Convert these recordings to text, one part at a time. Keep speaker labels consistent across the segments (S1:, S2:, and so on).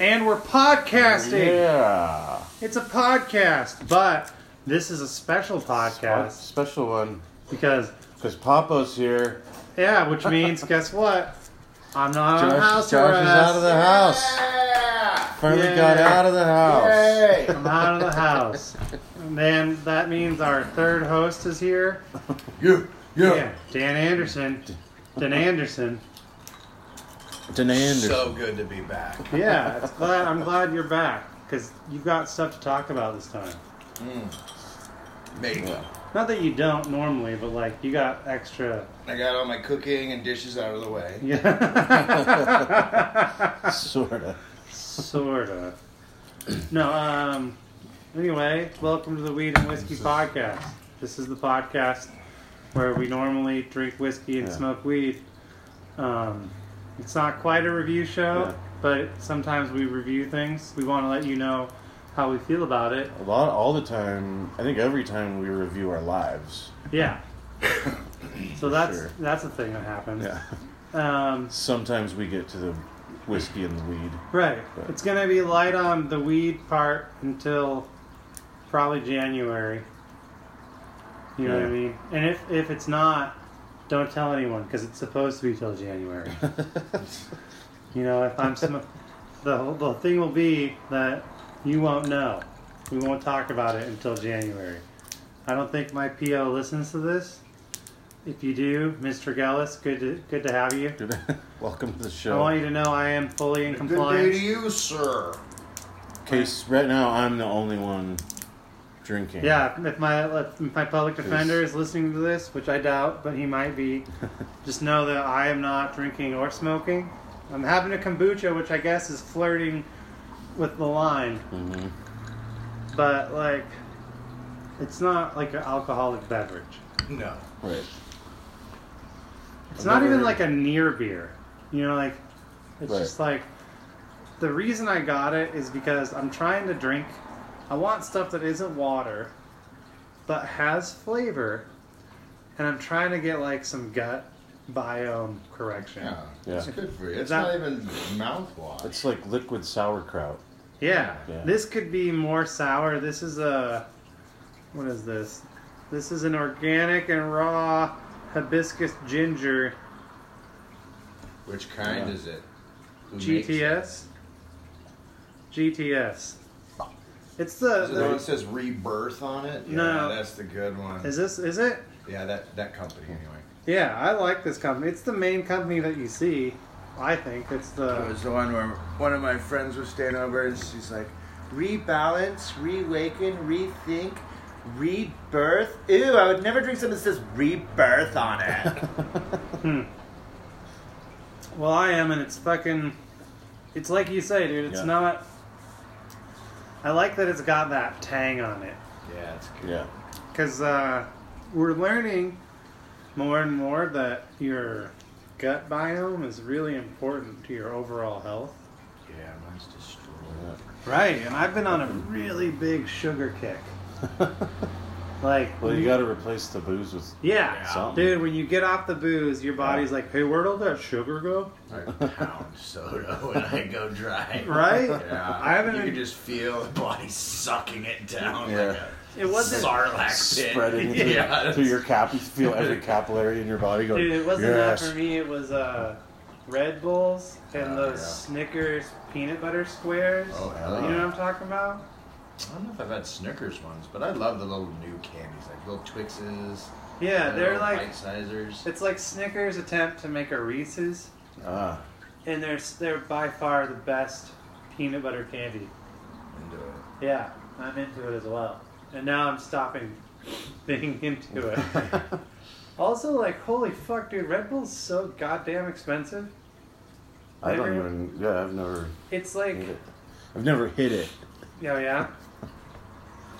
S1: And we're podcasting.
S2: Yeah.
S1: It's a podcast, but this is a special
S2: Well,
S1: podcast
S2: Special one.
S1: because,
S2: Because Papo's here.
S1: yeah, which means, guess what? I'm not on
S2: Josh,
S1: house
S2: Josh is out of
S1: arrest.
S2: the house. Finally
S1: Yay.
S2: got out of the house.
S3: Hey!
S1: I'm out of the house. Man, that means our third host is here.
S2: You, you.
S1: Yeah, Dan Anderson. Dan Anderson.
S2: Danae Anderson.
S3: So good to be back.
S1: Yeah, it's glad, I'm glad you're back because you've got stuff to talk about this time.
S3: Maybe.
S2: Yeah.
S1: Not that you don't normally, but like you got extra.
S3: I got all my cooking and dishes out of the way.
S1: Yeah.
S2: sort of.
S1: sort of. No, um, anyway, welcome to the Weed and Whiskey Podcast. This is the podcast where we normally drink whiskey and
S2: Yeah.
S1: smoke weed. Um, it's not quite a review show,
S2: Yeah.
S1: but sometimes we review things. We want to let you know how we feel about it.
S2: A lot, all the time. I think every time we review our lives.
S1: Yeah. so that's
S2: sure.
S1: that's a thing that happens. Um,
S2: Sometimes we get to the whiskey and the weed.
S1: Right.
S2: But-
S1: It's going to be light on the weed part until probably January. You know what I
S2: Yeah.
S1: mean? And if, if it's not, don't tell anyone because it's supposed to be till January. you know, if I'm sm- the whole- the thing will be that you won't know. We won't talk about it until January. I don't think my PO listens to this. If you do, Mr. Gellis, good to, good to have you.
S2: Welcome to the
S1: I
S2: show.
S1: want you to know I am fully in
S3: Good
S1: compliance.
S3: day to you, sir.
S2: Case right now, I'm the only one drinking.
S1: Yeah, if my if my public defender is listening to this, which I doubt, but he might be, just know that I am not drinking or smoking. I'm having a kombucha, which I guess is flirting with the line,
S2: hmm
S1: but like, it's not like an alcoholic beverage.
S3: No.
S2: Right.
S1: It's
S2: I've
S1: not
S2: never
S1: even
S2: heard-
S1: like a near beer. You know, like it's
S2: Right.
S1: just like the reason I got it is because I'm trying to drink. I want stuff that isn't water, but has flavor, and I'm trying to get like some gut biome correction.
S3: Yeah.
S1: Yeah,
S2: Yeah.
S3: It's good for you. It's
S1: That-
S3: not even mouthwash.
S2: It's like liquid sauerkraut. Yeah.
S1: this could be more sour. This is a what is this? This is an organic and raw hibiscus ginger
S3: Which kind
S2: Yeah.
S3: is it? Who makes it?
S1: GTS. GTS. It's the.
S3: Is it the one that says rebirth on it?
S1: No.
S3: Yeah, that's the good one.
S1: is this? Is it?
S3: yeah, that, that company anyway.
S1: Yeah, I like this company. It's the main company that you see. I think it's
S3: It
S1: the.
S3: was the one where one of my friends was staying over and she's like, rebalance, reawaken, rethink, rebirth. Ew, I would never drink something that says rebirth on it.
S1: Hmm. Well, I am, and it's fucking. It's like you say, dude. It's
S2: Yeah.
S1: not. I like that it's got that tang on it.
S3: yeah, it's good.
S2: Yeah.
S1: because uh, we're learning more and more that your gut biome is really important to your overall health.
S3: Yeah, mine's destroyed.
S1: Right, and I've been on a really big sugar kick. Like,
S2: Well, you got to replace the booze with.
S1: yeah,
S2: Something.
S1: dude. When you get off the booze, your body's like, "Hey, where'd all that sugar go?"
S3: I pound soda when I go dry.
S1: Right?
S3: Yeah.
S1: I haven't
S3: You
S1: been-
S3: can just feel the body sucking it down like
S2: Yeah.
S3: a
S1: It wasn't.
S3: Sarlacc pit.
S2: Spreading through,
S3: yeah,
S2: through your cap, you feel every capillary in your body going.
S1: Dude, it wasn't
S2: yes.
S1: that for me. It was uh, Red Bulls and
S3: Oh,
S1: those
S3: yeah.
S1: Snickers peanut butter squares.
S3: Oh,
S2: hell
S1: you know
S2: yeah.
S1: what I'm talking about?
S3: I don't know if I've had Snickers ones, but I love the little new candies, like little Twixes.
S1: Yeah,
S3: the
S1: they're
S3: little
S1: like
S3: bite sizers.
S1: It's like Snickers' attempt to make a Reese's,
S2: Ah,
S1: and they're they're by far the best peanut butter candy.
S3: Into it.
S1: Yeah, I'm into it as well, and now I'm stopping being into it. also, like, holy fuck, dude, Red Bull's so goddamn expensive.
S2: I don't
S1: Never-
S2: even. Yeah, I've never
S1: It's like,
S2: hit it. I've never hit it.
S1: oh yeah.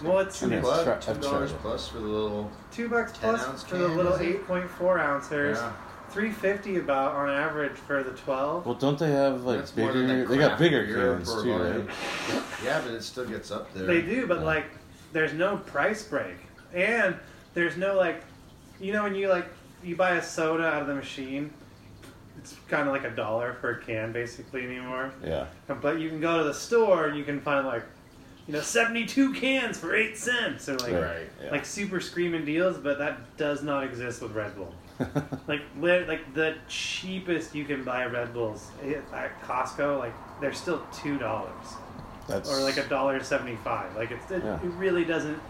S1: Well, it's
S2: Yeah,
S3: Plus,
S2: I've tried-
S3: two
S2: I've
S3: dollars
S2: tried it.
S3: plus for the little.
S1: two bucks
S3: 10
S1: plus
S3: ounce
S1: for the
S3: can,
S1: little
S3: is it?
S1: eight point four ounces,
S3: Yeah.
S1: three fifty about on average for the twelve.
S2: Well, don't they have like
S3: That's more than
S2: bigger?
S3: the
S2: They got
S3: craft
S2: bigger
S3: beer
S2: cans
S3: for
S2: too,
S3: volume.
S2: right?
S3: Yeah, but it still gets up there.
S1: They do, but
S2: Yeah.
S1: like, there's no price break, and there's no like, you know, when you like you buy a soda out of the machine, it's kind of like a dollar for a can basically anymore.
S2: Yeah.
S1: But you can go to the store and you can find like, you know, seventy-two cans for eight cents or like,
S2: Right, yeah.
S1: like super screaming deals. But that does not exist with Red Bull. like, li- like the cheapest you can buy Red Bulls at Costco, like they're still two dollars
S2: That's
S1: or like a dollar seventy-five. Like it's it,
S2: Yeah.
S1: it really doesn't.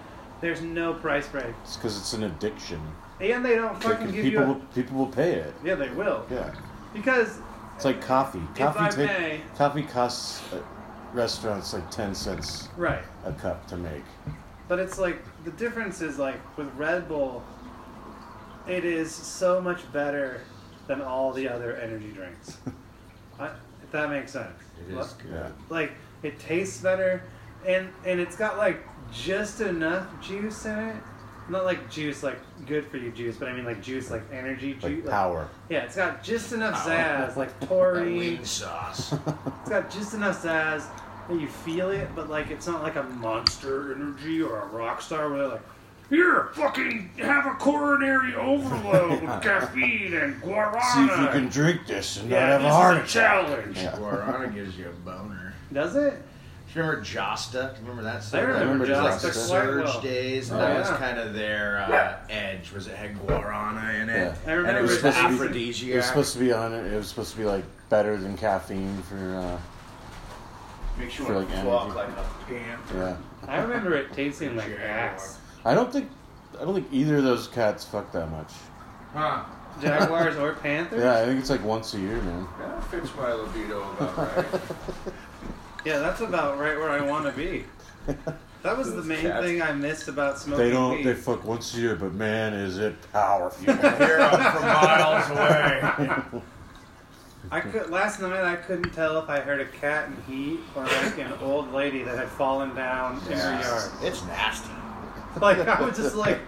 S1: There's no price break,
S2: It's because it's an addiction.
S1: and they don't
S2: Like,
S1: fucking give you.
S2: people will, people will pay it.
S1: A, yeah, they will
S2: Yeah.
S1: because
S2: It's like coffee.
S1: I
S2: Coffee ta-
S1: may-
S2: coffee costs uh, restaurants like ten cents
S1: right.
S2: a cup to make.
S1: But it's like the difference is like with Red Bull, it is so much better than all the other energy drinks. I, if that makes sense.
S3: It is good.
S2: Yeah.
S1: Like it tastes better, and and it's got like just enough juice in it. Not like juice, like good for you juice, but I mean like juice, like energy
S2: Like
S1: juice.
S2: power.
S1: yeah, it's got just enough
S3: Power.
S1: zazz, like
S3: That
S1: taurine.
S3: wing sauce.
S1: It's got just enough zazz that you feel it, but like it's not like a monster energy or a rock star where they're like, here, fucking have a coronary overload with caffeine and guarana.
S2: See if you can drink this and
S1: yeah,
S2: not have a heart
S1: this is a challenge.
S2: Yeah.
S3: Guarana gives you a boner.
S1: Does it?
S3: Do you remember Josta? Do you Remember that? stuff?
S1: I remember
S3: That
S2: Josta
S3: was Like the
S2: quite
S3: Surge
S1: well.
S3: days, and
S1: Oh,
S3: that was
S1: yeah.
S3: kind of their uh, edge. Was it had guarana in it?
S2: Yeah.
S1: I
S3: and
S1: remember
S3: it was
S1: it was supposed to be-
S2: It was
S3: aphrodisiac.
S2: supposed to be on it. It was supposed to be like better than caffeine for uh,
S3: Makes you
S2: for,
S3: want
S2: like,
S3: to
S2: energy.
S3: walk like a panther.
S2: uh, yeah.
S1: I remember it tasting like
S3: Jaguar.
S1: ass.
S2: I don't think I don't think either of those cats fuck that much.
S3: Huh?
S1: Jaguars or Panthers?
S2: Yeah, I think it's like once a year, man.
S3: That fits my libido about right.
S1: Yeah, that's about right where I want to be. That was the
S3: Those
S1: main
S3: cats.
S1: thing I missed about smoking
S2: They don't.
S1: weed.
S2: They fuck once a year, but man, is it powerful.
S3: Hear 'em from miles away.
S1: I could last night. I couldn't tell if I heard a cat in heat or like an old lady that had fallen down in her yard.
S3: It's nasty.
S1: Like I was just like,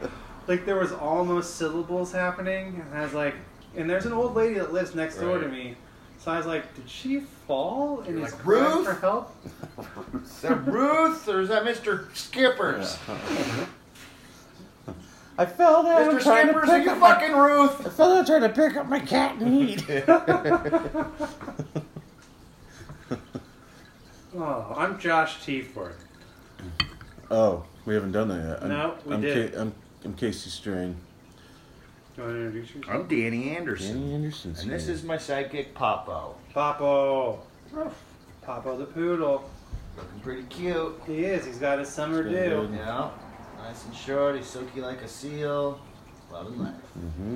S1: like there was almost syllables happening, and I was like, and there's an old lady that lives next door to
S3: Right.
S1: me, so I was like, did she fall and
S4: You're
S1: is
S4: like,
S1: crying
S4: "Ruth?"
S1: for help?
S4: Is that Ruth or is that Mr. Skippers?
S2: I fell down
S4: Mr. Skippers, are you fucking Ruth?
S2: I fell down trying to pick up my cat in need.
S1: Oh, I'm Josh Teeford.
S2: oh, we haven't done that yet.
S1: No, we
S2: I'm
S1: did.
S2: Ca- I'm, I'm Casey Strain.
S1: Do you want to introduce yourself?
S3: I'm Danny Anderson.
S2: Danny Anderson.
S3: And this is my sidekick, Popo.
S1: Popo. Popo the poodle.
S3: Looking pretty cute.
S1: He is. He's got his summer
S2: He's got
S1: dew.
S2: good-
S3: Yeah. Nice and short. He's silky like a seal. Loving life.
S2: Mm-hmm.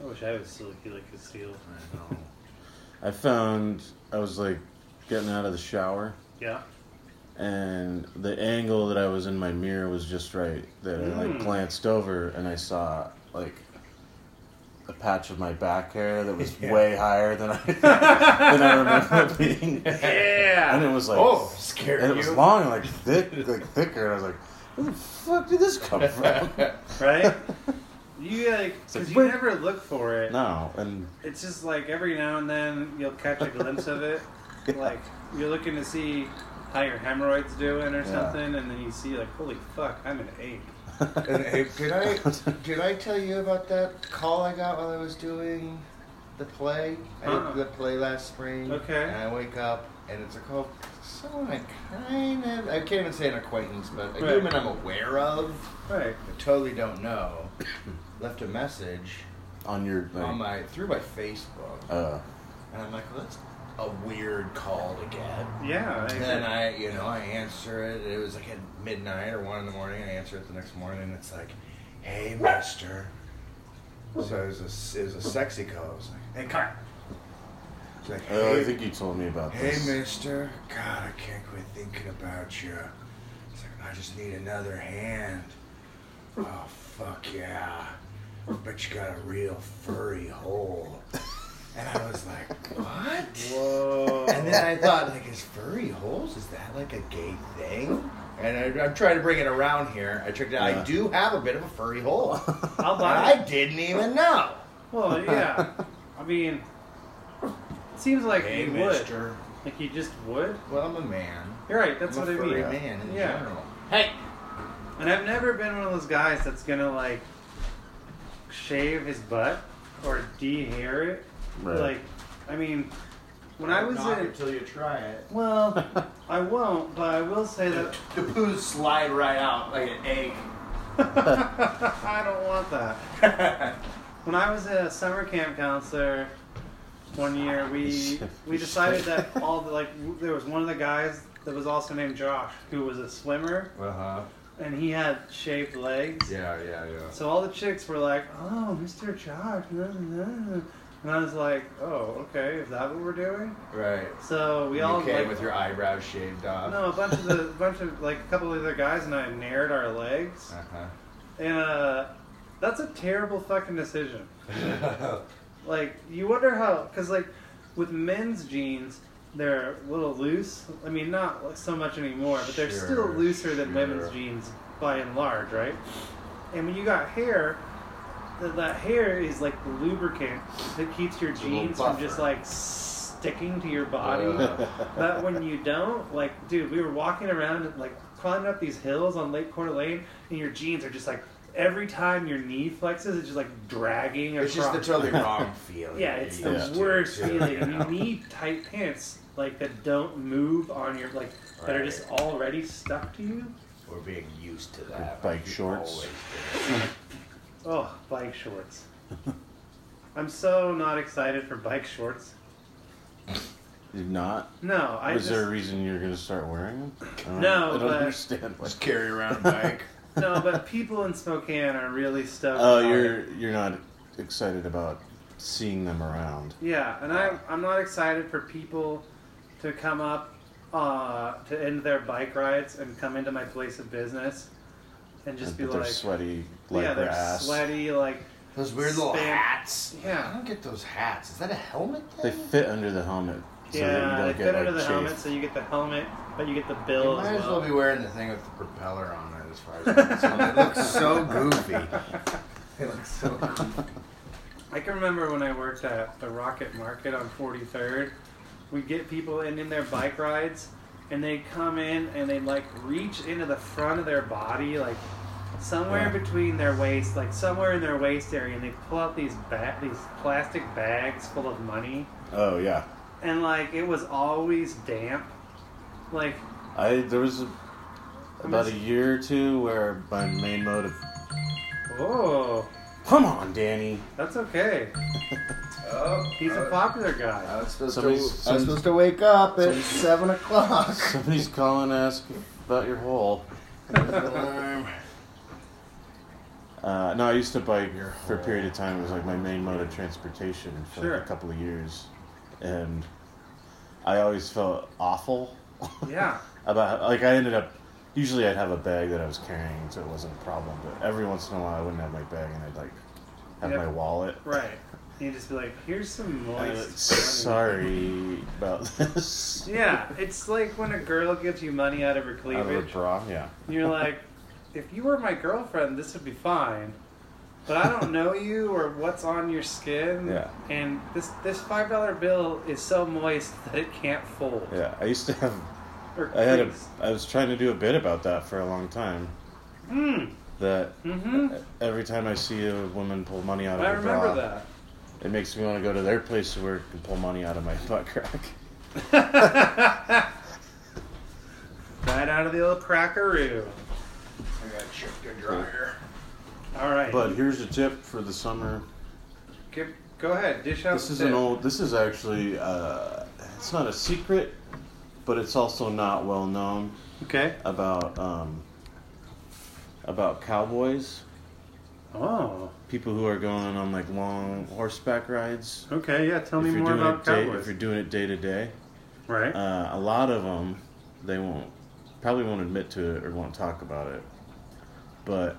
S1: I wish I was silky like a seal.
S3: I know.
S2: I found I was like getting out of the shower,
S1: Yeah.
S2: and the angle that I was in my mirror was just right. That I
S1: Mm.
S2: like glanced over and I saw like a patch of my back hair that was
S3: Yeah.
S2: way higher than I than I remember it being.
S1: Yeah.
S2: And it was like
S3: Oh, scared
S2: and it was
S3: you.
S2: long and like thick, like thicker. And I was like, where the fuck did this come from?
S1: right? You like
S2: like,
S1: because you
S2: "Where-"
S1: never look for it.
S2: no, and
S1: It's just like every now and then you'll catch a glimpse of it. Like you're looking to see how your hemorrhoids doing or
S2: Yeah.
S1: something, and then you see like, holy fuck, I'm an ape.
S4: And, hey, did I did I tell you about that call I got while I was doing the play? I
S1: Uh-uh.
S4: did the play last spring.
S1: Okay.
S4: And I wake up and it's a call. from Someone I kind of I can't even say an acquaintance, but a
S1: Right.
S4: human I'm aware of,
S1: Right.
S4: but totally don't know. left a message
S2: on your like,
S4: on my through my Facebook,
S2: uh,
S4: and I'm like, well, that's a weird call to get.
S1: Yeah. I-
S4: And then I, you know, I answer it. It was like at midnight or one in the morning. I answer it the next morning, and it's like, "Hey, Mister." So it was a, it was a sexy call. It was like, "Hey, Carl." It's like,
S2: oh, I
S4: "Hey,
S2: think you told me about
S4: hey,
S2: this.
S4: Mister. God, I can't quit thinking about you. It's like I just need another hand. Oh, fuck yeah. But you got a real furry hole." And I was like, "What?"
S1: Whoa.
S4: And then I thought, like, is furry holes? Is that like a gay thing? And I, I'm trying to bring it around here. I checked it out.
S2: Yeah.
S4: I do have a bit of a furry hole.
S1: I'll
S4: And
S1: buy
S4: I didn't even know.
S1: Well, yeah. I mean, it seems like
S3: Hey,
S1: you would.
S3: mister.
S1: Like you just would.
S4: Well, I'm a man.
S1: You're right. That's
S4: I'm
S1: what
S4: a
S1: I
S4: furry
S1: mean.
S4: man in
S1: Yeah.
S4: general.
S3: Hey.
S1: And I've never been one of those guys that's gonna like shave his butt or de-hair it
S2: Right.
S1: Like, I mean, when I was
S3: Knock
S1: in,
S3: until you try it.
S1: well, I won't, but I will say that
S3: The poos slide right out like an egg.
S1: I don't want that. When I was a summer camp counselor one year, we we decided that all the like w- there was one of the guys that was also named Josh who was a swimmer
S5: huh.
S1: and he had shaved legs.
S5: Uh-huh. Yeah, yeah, yeah.
S1: So all the chicks were like, "Oh, Mr. Josh," blah, blah, blah." and I was like, "Oh, okay, is that what we're doing?"
S5: Right.
S1: So we all
S5: you came
S1: like,
S5: with your eyebrows shaved off.
S1: no, a bunch of the bunch of like a couple of the other guys and I nared our legs.
S5: Uh
S1: And uh, that's a terrible fucking decision.
S5: huh.
S1: Like, you wonder how, because, like, with men's jeans, they're a little loose. I mean, not like, so much anymore, but they're still
S5: Sure,
S1: looser than
S5: sure.
S1: women's jeans by and large, right? And when you got hair, that, that hair is like the lubricant that keeps your
S2: a little
S1: jeans from
S2: buffer.
S1: just like sticking to your body.
S5: Uh.
S1: but when you don't, like, dude, we were walking around and like climbing up these hills on Lake Coeur d'Alene, and your jeans are just like every time your knee flexes, it's just like dragging across.
S5: it's just the totally wrong feeling.
S1: Yeah, it's the
S2: Yeah.
S1: worst feeling. You need tight pants like that don't move on your like that are just already stuck to you.
S5: We're being used to that.
S2: Bike
S5: Like, you
S2: shorts.
S5: always
S1: Oh, bike shorts. I'm so not excited for bike shorts.
S2: You're not?
S1: No, I
S2: Was
S1: just
S2: there a reason you're going to start wearing them? I don't,
S1: No,
S2: I don't
S1: but-
S2: understand.
S5: do.
S2: Why.
S5: Just carry around a bike.
S1: no. But people in Spokane are really stoked.
S2: Oh,
S1: about it.
S2: you're you're not excited about seeing them around.
S1: Yeah, and I I'm not excited for people to come up uh, to end their bike rides and come into my place of business and just be
S2: but they're
S1: like,
S2: sweaty like
S1: yeah, they're
S2: grass.
S1: sweaty, like
S3: Those weird little
S1: Span-
S3: hats. I
S1: yeah.
S3: don't get those hats. Is that a helmet
S2: They
S3: thing?
S2: fit under the helmet. So that you
S1: yeah,
S2: don't
S1: they
S2: get
S1: fit under
S2: like
S1: the
S2: chafed.
S1: helmet, so you get the helmet, but you get the
S3: You
S1: bill
S3: might
S1: as
S3: as well
S1: well.
S3: be wearing the thing with the propeller on it, as far as I'm concerned. It looks so goofy. It looks so goofy.
S1: I can remember when I worked at the Rocket Market on 43rd, we'd get people in, in their bike rides, and they'd come in and they'd like reach into the front of their body, like somewhere
S2: Yeah.
S1: between their waist, like somewhere in their waist area, and they pull out these ba- these plastic bags full of money,
S2: Oh yeah,
S1: and like it was always damp. Like,
S2: I there was a, about a year or two where my main motive.
S1: oh,
S2: Come on, Danny.
S1: that's okay.
S3: Oh,
S1: He's a popular guy.
S3: I was supposed
S2: Somebody's-
S3: to. I was supposed to wake up at
S2: somebody's-
S3: seven o'clock.
S2: Somebody's calling to ask about your hole. Uh, no, I used to bike for a period of time. It was like my main mode of transportation for like
S1: Sure.
S2: a couple of years, and I always felt awful
S1: Yeah.
S2: about like I ended up. Usually, I'd have a bag that I was carrying, so it wasn't a problem. But every once in a while, I wouldn't have my bag, and I'd like have
S1: Yep.
S2: my wallet.
S1: Right. You just be like, here's some moist.
S2: I'd be like,
S1: money."
S2: Uh, Sorry about this.
S1: Yeah, it's like when a girl gives you money out of her
S2: Out of a
S1: cleavage.
S2: bra, yeah.
S1: You're like, if you were my girlfriend, this would be fine. But I don't know you or what's on your skin.
S2: Yeah.
S1: And this this five dollar bill is so moist that it can't fold.
S2: Yeah, I used to have.
S1: Or
S2: I had a.
S1: crease.
S2: I was trying to do a bit about that for a long time.
S1: Mm,
S2: That
S1: mm-hmm.
S2: every time I see a woman pull money out of
S1: I
S2: her bra,
S1: remember that.
S2: it makes me want to go to their place of work and pull money out of my butt crack.
S1: Right out of the old crackaroo.
S4: I gotta check the dryer.
S1: All right.
S2: But here's a tip for the summer.
S1: Give- go ahead. Dish out.
S2: This
S1: the
S2: is an
S1: tip.
S2: old. This is actually. Uh, it's not a secret, but it's also not well known
S1: Okay.
S2: about um, about cowboys.
S1: Oh.
S2: People who are going on like long horseback rides.
S1: Okay. Yeah. Tell me
S2: if you're
S1: more
S2: doing
S1: about
S2: it day,
S1: cowboys.
S2: If you're doing it day to day,
S1: right.
S2: uh, a lot of them they won't probably won't admit to it or won't talk about it but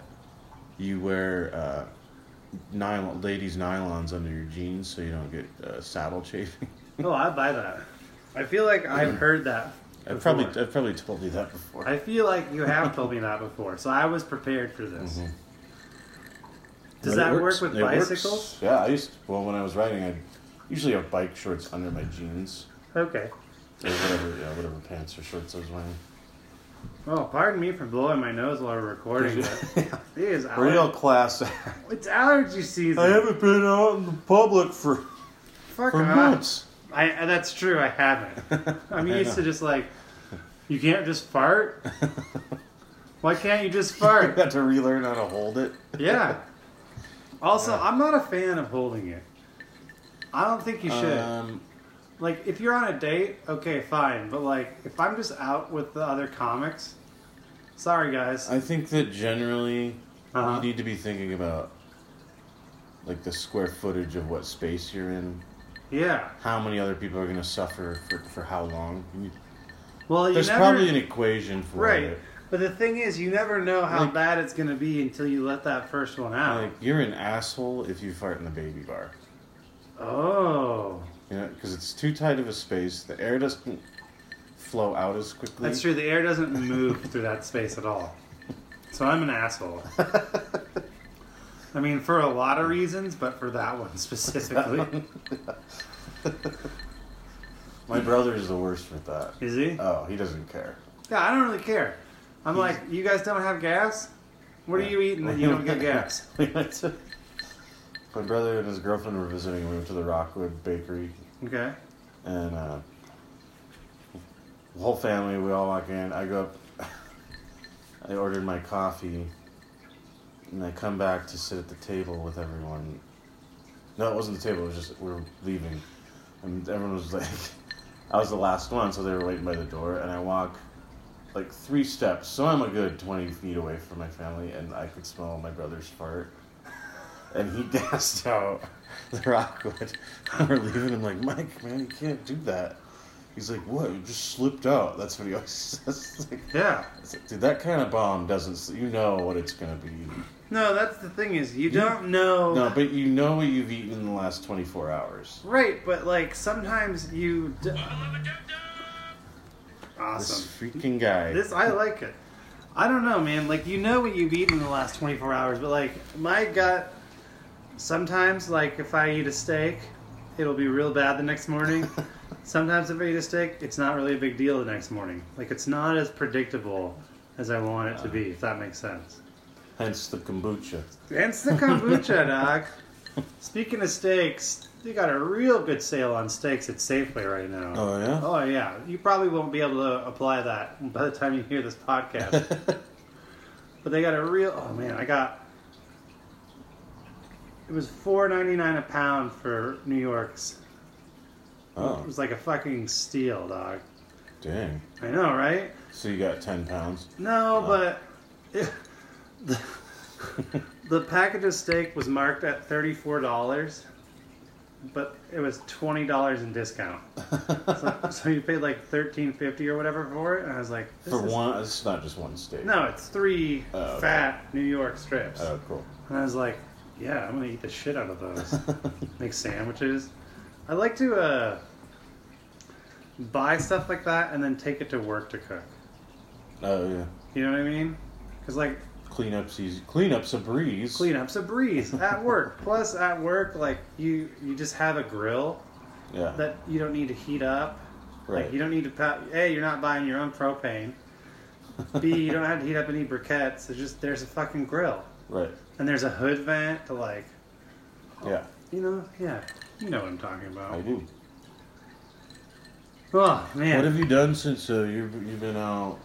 S2: you wear uh, nylon ladies nylons under your jeans so you don't get uh, saddle chafing
S1: Oh, I buy that. I feel like I've heard that.
S2: I've Mm. probably
S1: before.
S2: I've probably told you that before
S1: I feel like you have told me that before, so I was prepared for this.
S2: Mhm.
S1: Does
S2: But it
S1: that
S2: works.
S1: work with
S2: It works.
S1: bicycles?
S2: yeah I used well when I was riding I usually have bike shorts under my jeans
S1: Okay.
S2: or whatever yeah, whatever pants or shorts I was wearing
S1: Well, pardon me for blowing my nose while we're recording. But it is aller-
S2: real class act
S1: It's allergy season.
S2: I haven't been out in the public for
S3: fuck
S2: for
S3: off.
S2: months.
S1: I uh, that's true. I haven't. I'm used to just like, you can't just fart. Why can't you just
S2: You
S1: fart?
S2: had to relearn how to hold it.
S1: Yeah. Also, I'm not a fan of holding it. I don't think you should.
S2: Um,
S1: like, if you're on a date, okay, fine. But like, if I'm just out with the other comics, sorry guys.
S2: I think that generally
S1: Uh-huh.
S2: you need to be thinking about like the square footage of what space you're in,
S1: yeah.
S2: how many other people are going to suffer for, for how long. You need-
S1: Well, you
S2: There's
S1: never.
S2: probably an equation for
S1: right.
S2: it.
S1: But the thing is, you never know how
S2: Like-
S1: bad it's gonna be until you let that first one out.
S2: Like you're an asshole if you fart in the baby bar.
S1: oh.
S2: You know, because it's too tight of a space. The air doesn't flow out as quickly.
S1: That's true. The air doesn't move through that space at all. So I'm an asshole. I mean, for a lot of reasons, but for that one specifically.
S2: My brother is the worst with that.
S1: Is he?
S2: Oh, he doesn't care.
S1: Yeah, I don't really care. I'm like, you guys don't have gas? What are you eating that you don't get gas?
S2: We went to- My brother and his girlfriend were visiting. We went to the Rockwood Bakery,
S1: Okay.
S2: and uh, the whole family. We all walk in. I go up. I ordered my coffee, and I come back to sit at the table with everyone. No, it wasn't the table. It was just we were leaving, and everyone was like, I was the last one, so they were waiting by the door, and I walk like three steps, so I'm a good twenty feet away from my family, and I could smell my brother's fart. And he gassed out the rockwood. We're leaving. I'm like, Mike, man, you can't do that. He's like, what? You just slipped out. That's what he always says. It's like,
S1: Yeah.
S2: it's like, dude, that kind of bomb doesn't. s- You know what it's gonna be.
S1: No, that's the thing is, you don't know.
S2: No, but you know what you've eaten in the last 24 hours.
S1: Right, but like sometimes you. D-
S2: This
S1: awesome.
S2: freaking guy.
S1: This I like it. I don't know, man. Like you know what you've eaten in the last 24 hours, but like my gut sometimes like if I eat a steak, it'll be real bad the next morning. sometimes if I eat a steak, it's not really a big deal the next morning. Like it's not as predictable as I want it to be, if that makes sense.
S2: Hence the kombucha.
S1: And it's the kombucha, dog. Speaking of steaks, they got a real good sale on steaks at Safeway right now.
S2: Oh yeah.
S1: Oh yeah, you probably won't be able to apply that by the time you hear this podcast. but they got a real. Oh man, I got. It was four ninety nine a pound for New York's. It
S2: Oh
S1: was like a fucking steal, dog.
S2: dang.
S1: I know, right?
S2: So you got 10 pounds.
S1: No, but it, the, the package of steak was marked at thirty four dollars, but it was twenty dollars in discount. so, so you paid like thirteen fifty or whatever for it, and I was like, this
S2: For
S1: is-
S2: one, it's not just one steak.
S1: No, it's three
S2: Oh, okay.
S1: fat New York strips.
S2: Oh, cool.
S1: And I was like, yeah, I'm gonna eat the shit out of those. Make sandwiches. I like to uh, buy stuff like that and then take it to work to cook.
S2: Oh yeah.
S1: You know what I mean? Because like
S2: Cleanup's easy. Cleanup's a breeze.
S1: cleanup's a breeze at work. Plus at work, like you you just have a grill
S2: Yeah.
S1: that you don't need to heat up.
S2: right.
S1: Like you don't need to pa- a you're not buying your own propane. B you don't have to heat up any briquettes. It's just there's a fucking grill.
S2: right.
S1: And there's a hood vent to like,
S2: Yeah.
S1: you know, yeah, you know what I'm talking
S2: I
S1: about.
S2: do.
S1: Oh man,
S2: What have you done since uh, you've you've been out?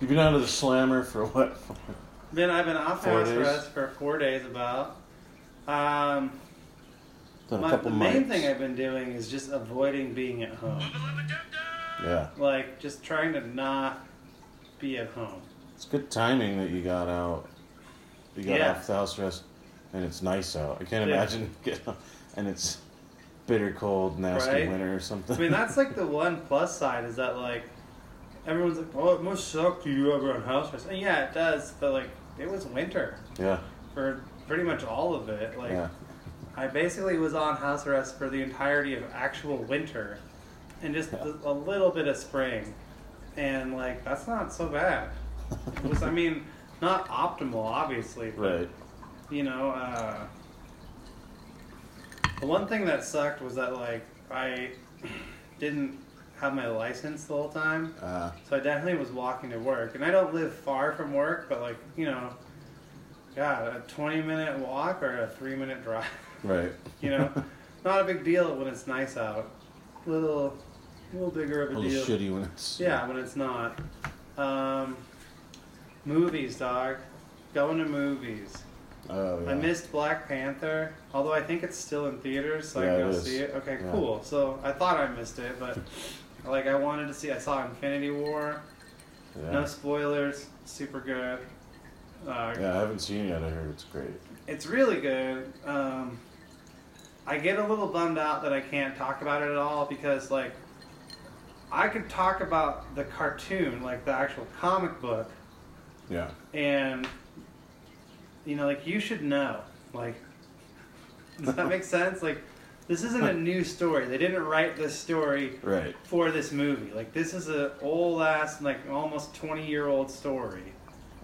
S2: You've been out of the slammer for what?
S1: then I've been off
S2: Four
S1: house
S2: days?
S1: arrest for four days about. Um,
S2: Done a
S1: my, the
S2: couple
S1: main
S2: mics.
S1: thing I've been doing is just avoiding being at home.
S2: Yeah.
S1: Like just trying to not be at home.
S2: It's good timing that you got out. You got
S1: Yeah.
S2: off the house arrest, and it's nice out. I can't
S1: Yeah.
S2: imagine getting, and it's bitter cold, nasty
S1: Right?
S2: winter or something.
S1: I mean, that's like the one plus side is that like everyone's like, oh, it must suck to you ever on house arrest. And yeah, it does, but like it was winter
S2: yeah,
S1: for pretty much all of it. Like
S2: yeah.
S1: I basically was on house arrest for the entirety of actual winter, and just
S2: Yeah.
S1: a little bit of spring, and like that's not so bad. It was, I mean, not optimal, obviously, but
S2: Right.
S1: you know, uh, the one thing that sucked was that like I didn't have my license the whole time,
S2: Uh,
S1: so I definitely was walking to work. And I don't live far from work, but like you know, God, a twenty minute walk or a three minute drive,
S2: right.
S1: you know. not a big deal when it's nice out. Little, little bigger of a,
S2: A
S1: deal.
S2: little shitty when it's
S1: Yeah, when it's not. Um, movies, dog. Going to movies.
S2: Oh, yeah.
S1: I missed Black Panther, although I think it's still in theaters, so I
S2: Yeah,
S1: can
S2: it
S1: go
S2: is.
S1: see it. Okay,
S2: Yeah.
S1: cool. So I thought I missed it, but like I wanted to see. I saw Infinity War.
S2: Yeah.
S1: No spoilers. Super good. Uh,
S2: Yeah, I haven't seen it yet. I heard it's great.
S1: It's really good. Um, I get a little bummed out that I can't talk about it at all because like I could talk about the cartoon, like the actual comic book,
S2: Yeah.
S1: and you know like you should know like does that make sense like this isn't a new story they didn't write this story
S2: Right.
S1: for this movie like this is a old ass like almost 20 year old story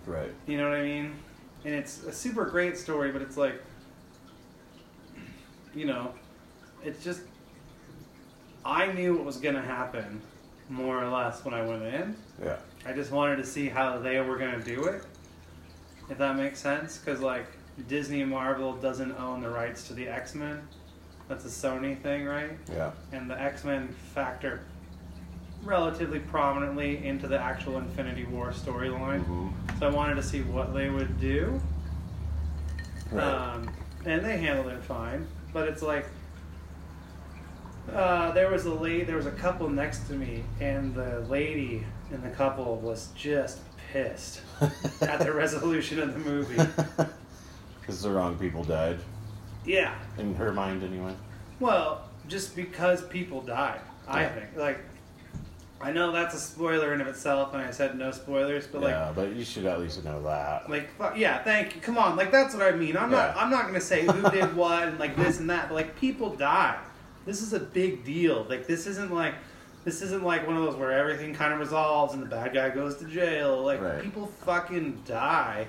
S2: Right.
S1: you know what i mean and it's a super great story but it's like you know it's just i knew what was gonna happen more or less when i went in
S2: Yeah.
S1: I just wanted to see how they were going to do it, if that makes sense. Because, like, Disney and Marvel doesn't own the rights to the X Men. That's a Sony thing, right?
S2: Yeah.
S1: And the X Men factor relatively prominently into the actual Infinity War storyline.
S2: Mhm.
S1: So I wanted to see what they would do.
S2: Right.
S1: Um, and they handled it fine, but it's like uh, there was a lady, there was a couple next to me, and the lady in the couple was just pissed at the resolution of the movie.
S2: Because the wrong people died.
S1: Yeah,
S2: In her mind, anyway.
S1: well, just because people died, I
S2: Yeah.
S1: think. Like, I know that's a spoiler in of itself, and I said no spoilers, but like,
S2: yeah, but you should at least know that.
S1: Like fuck, yeah, thank you. Come on, like that's what I mean. I'm not
S2: Yeah.
S1: I'm not gonna say who did what and like this and that, but like people die. This is a big deal. Like this isn't like this isn't like one of those where everything kind of resolves and the bad guy goes to jail. Like
S2: Right.
S1: people fucking die.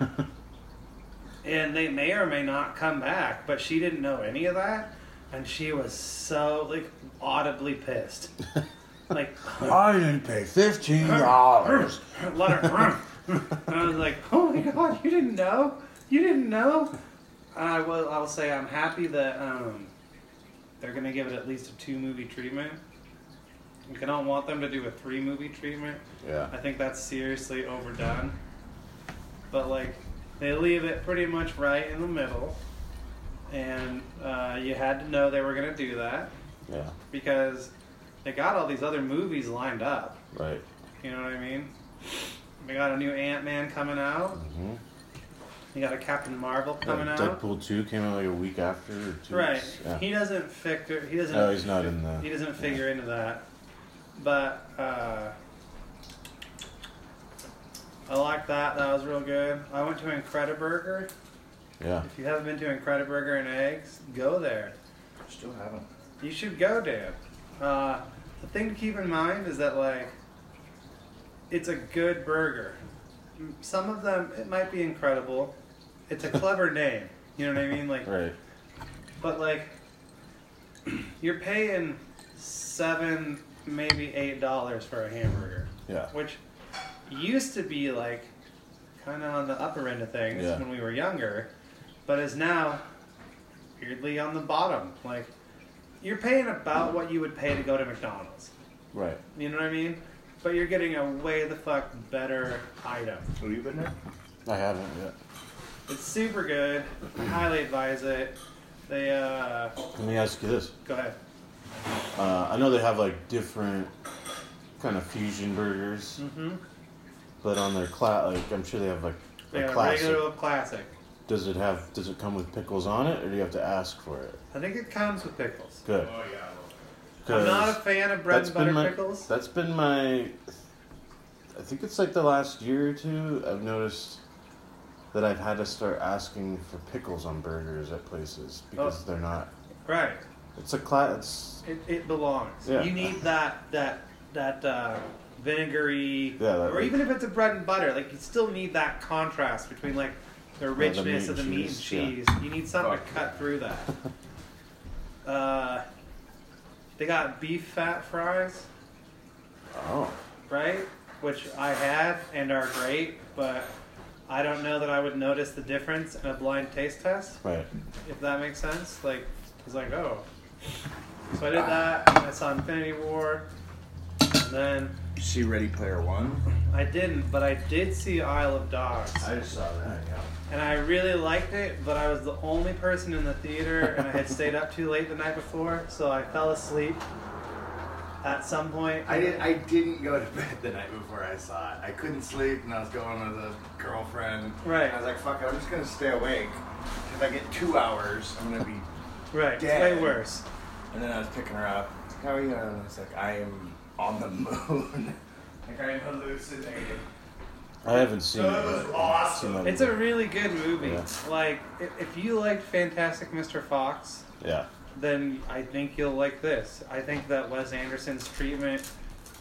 S1: and they may or may not come back, but she didn't know any of that and she was so like audibly pissed. like
S3: I didn't pay fifteen dollars.
S1: let her. and I was like, "Oh my god, you didn't know? You didn't know?" I will. I'll say I'm happy that um, they're gonna give it at least a two movie treatment. Like, I don't want them to do a three movie treatment. I
S2: Yeah.
S1: think that's seriously overdone. But like, they leave it pretty much right in the middle, and uh, you had to know they were gonna do that
S2: Yeah.
S1: because they got all these other movies lined up.
S2: Right.
S1: You know what I mean? We got a new Ant Man coming out.
S2: Mm-hmm.
S1: You got a Captain Marvel coming out.
S2: Deadpool two came out like a week after. Or two
S1: Right.
S2: weeks. Yeah.
S1: He doesn't figure. He doesn't.
S2: No, he's not in the-
S1: He doesn't figure into that. But uh, I like that. That was real good. I went to Incrediburger.
S2: yeah.
S1: If you haven't been to Incrediburger and Eggs, go there.
S3: Still haven't.
S1: You should go, Dan. Uh, the thing to keep in mind is that like, it's a good burger. M- Some of them it might be incredible. It's a clever name. You know what I mean? Like,
S2: Right.
S1: but like, you're paying seven, maybe eight dollars for a hamburger,
S2: Yeah.
S1: which used to be like kind of on the upper end of things
S2: Yeah.
S1: when we were younger, but is now weirdly on the bottom. Like you're paying about what you would pay to go to McDonald's.
S2: Right.
S1: You know what I mean? But you're getting a way the fuck better item.
S3: Have you been there?
S2: I haven't yet.
S1: It's super good. I highly advise it. They uh
S2: Let me ask you this.
S1: go ahead.
S2: Uh, I know they have like different kind of fusion burgers,
S1: Mm-hmm.
S2: but on their cla like I'm sure they have like
S1: They
S2: a
S1: got a
S2: classic.
S1: regular old classic.
S2: Does it have? Does it come with pickles on it, or do you have to ask for it?
S1: I think it comes with pickles.
S2: Good.
S5: Oh, yeah.
S1: I'm not a
S2: 'Cause
S1: fan of bread
S2: that's
S1: and butter
S2: been my-
S1: pickles.
S2: That's been my. I think it's like the last year or two. I've noticed that I've had to start asking for pickles on burgers at places
S1: Oh.
S2: because they're not.
S1: Right.
S2: It's a class. It's
S1: It, it belongs.
S2: Yeah.
S1: You need that that that uh, vinegary,
S2: Yeah, that-
S1: or even if it's a bread and butter, like you still need that contrast between like the
S2: meat
S1: richness
S2: and
S1: of the meat and cheese.
S2: cheese,
S1: You need something to
S5: Fuck
S1: cut through that. uh, they got beef fat fries,
S2: oh
S1: right? Which I had and are great, but I don't know that I would notice the difference in a blind taste test
S2: right
S1: if that makes sense. Like, it's like, oh, So
S3: Ah.
S1: I did that, and I saw Infinity War, and then
S3: You see Ready Player One?
S1: I didn't, but I did see Isle of Dogs,
S3: I just saw that. Yeah.
S1: and I really liked it. But I was the only person in the theater, and I had stayed up too late the night before, so I fell asleep at some point.
S3: I did. I didn't go to bed the night before I saw it. I couldn't sleep, and I was going with a girlfriend.
S1: Right.
S3: I was like, "Fuck it, I'm just gonna stay awake. If I get two hours, I'm gonna be."
S1: right, it's
S3: dead.
S1: way worse.
S3: And then I was picking her up. Like, How are you? And I was like, "I am on the moon. like I am hallucinating."
S2: I haven't seen it.
S3: That was
S2: but-
S3: awesome.
S2: seen it.
S1: It's a really good movie.
S2: Yeah.
S1: Like, i- if you liked Fantastic Mr. Fox,
S2: yeah.
S1: then I think you'll like this. I think that Wes Anderson's treatment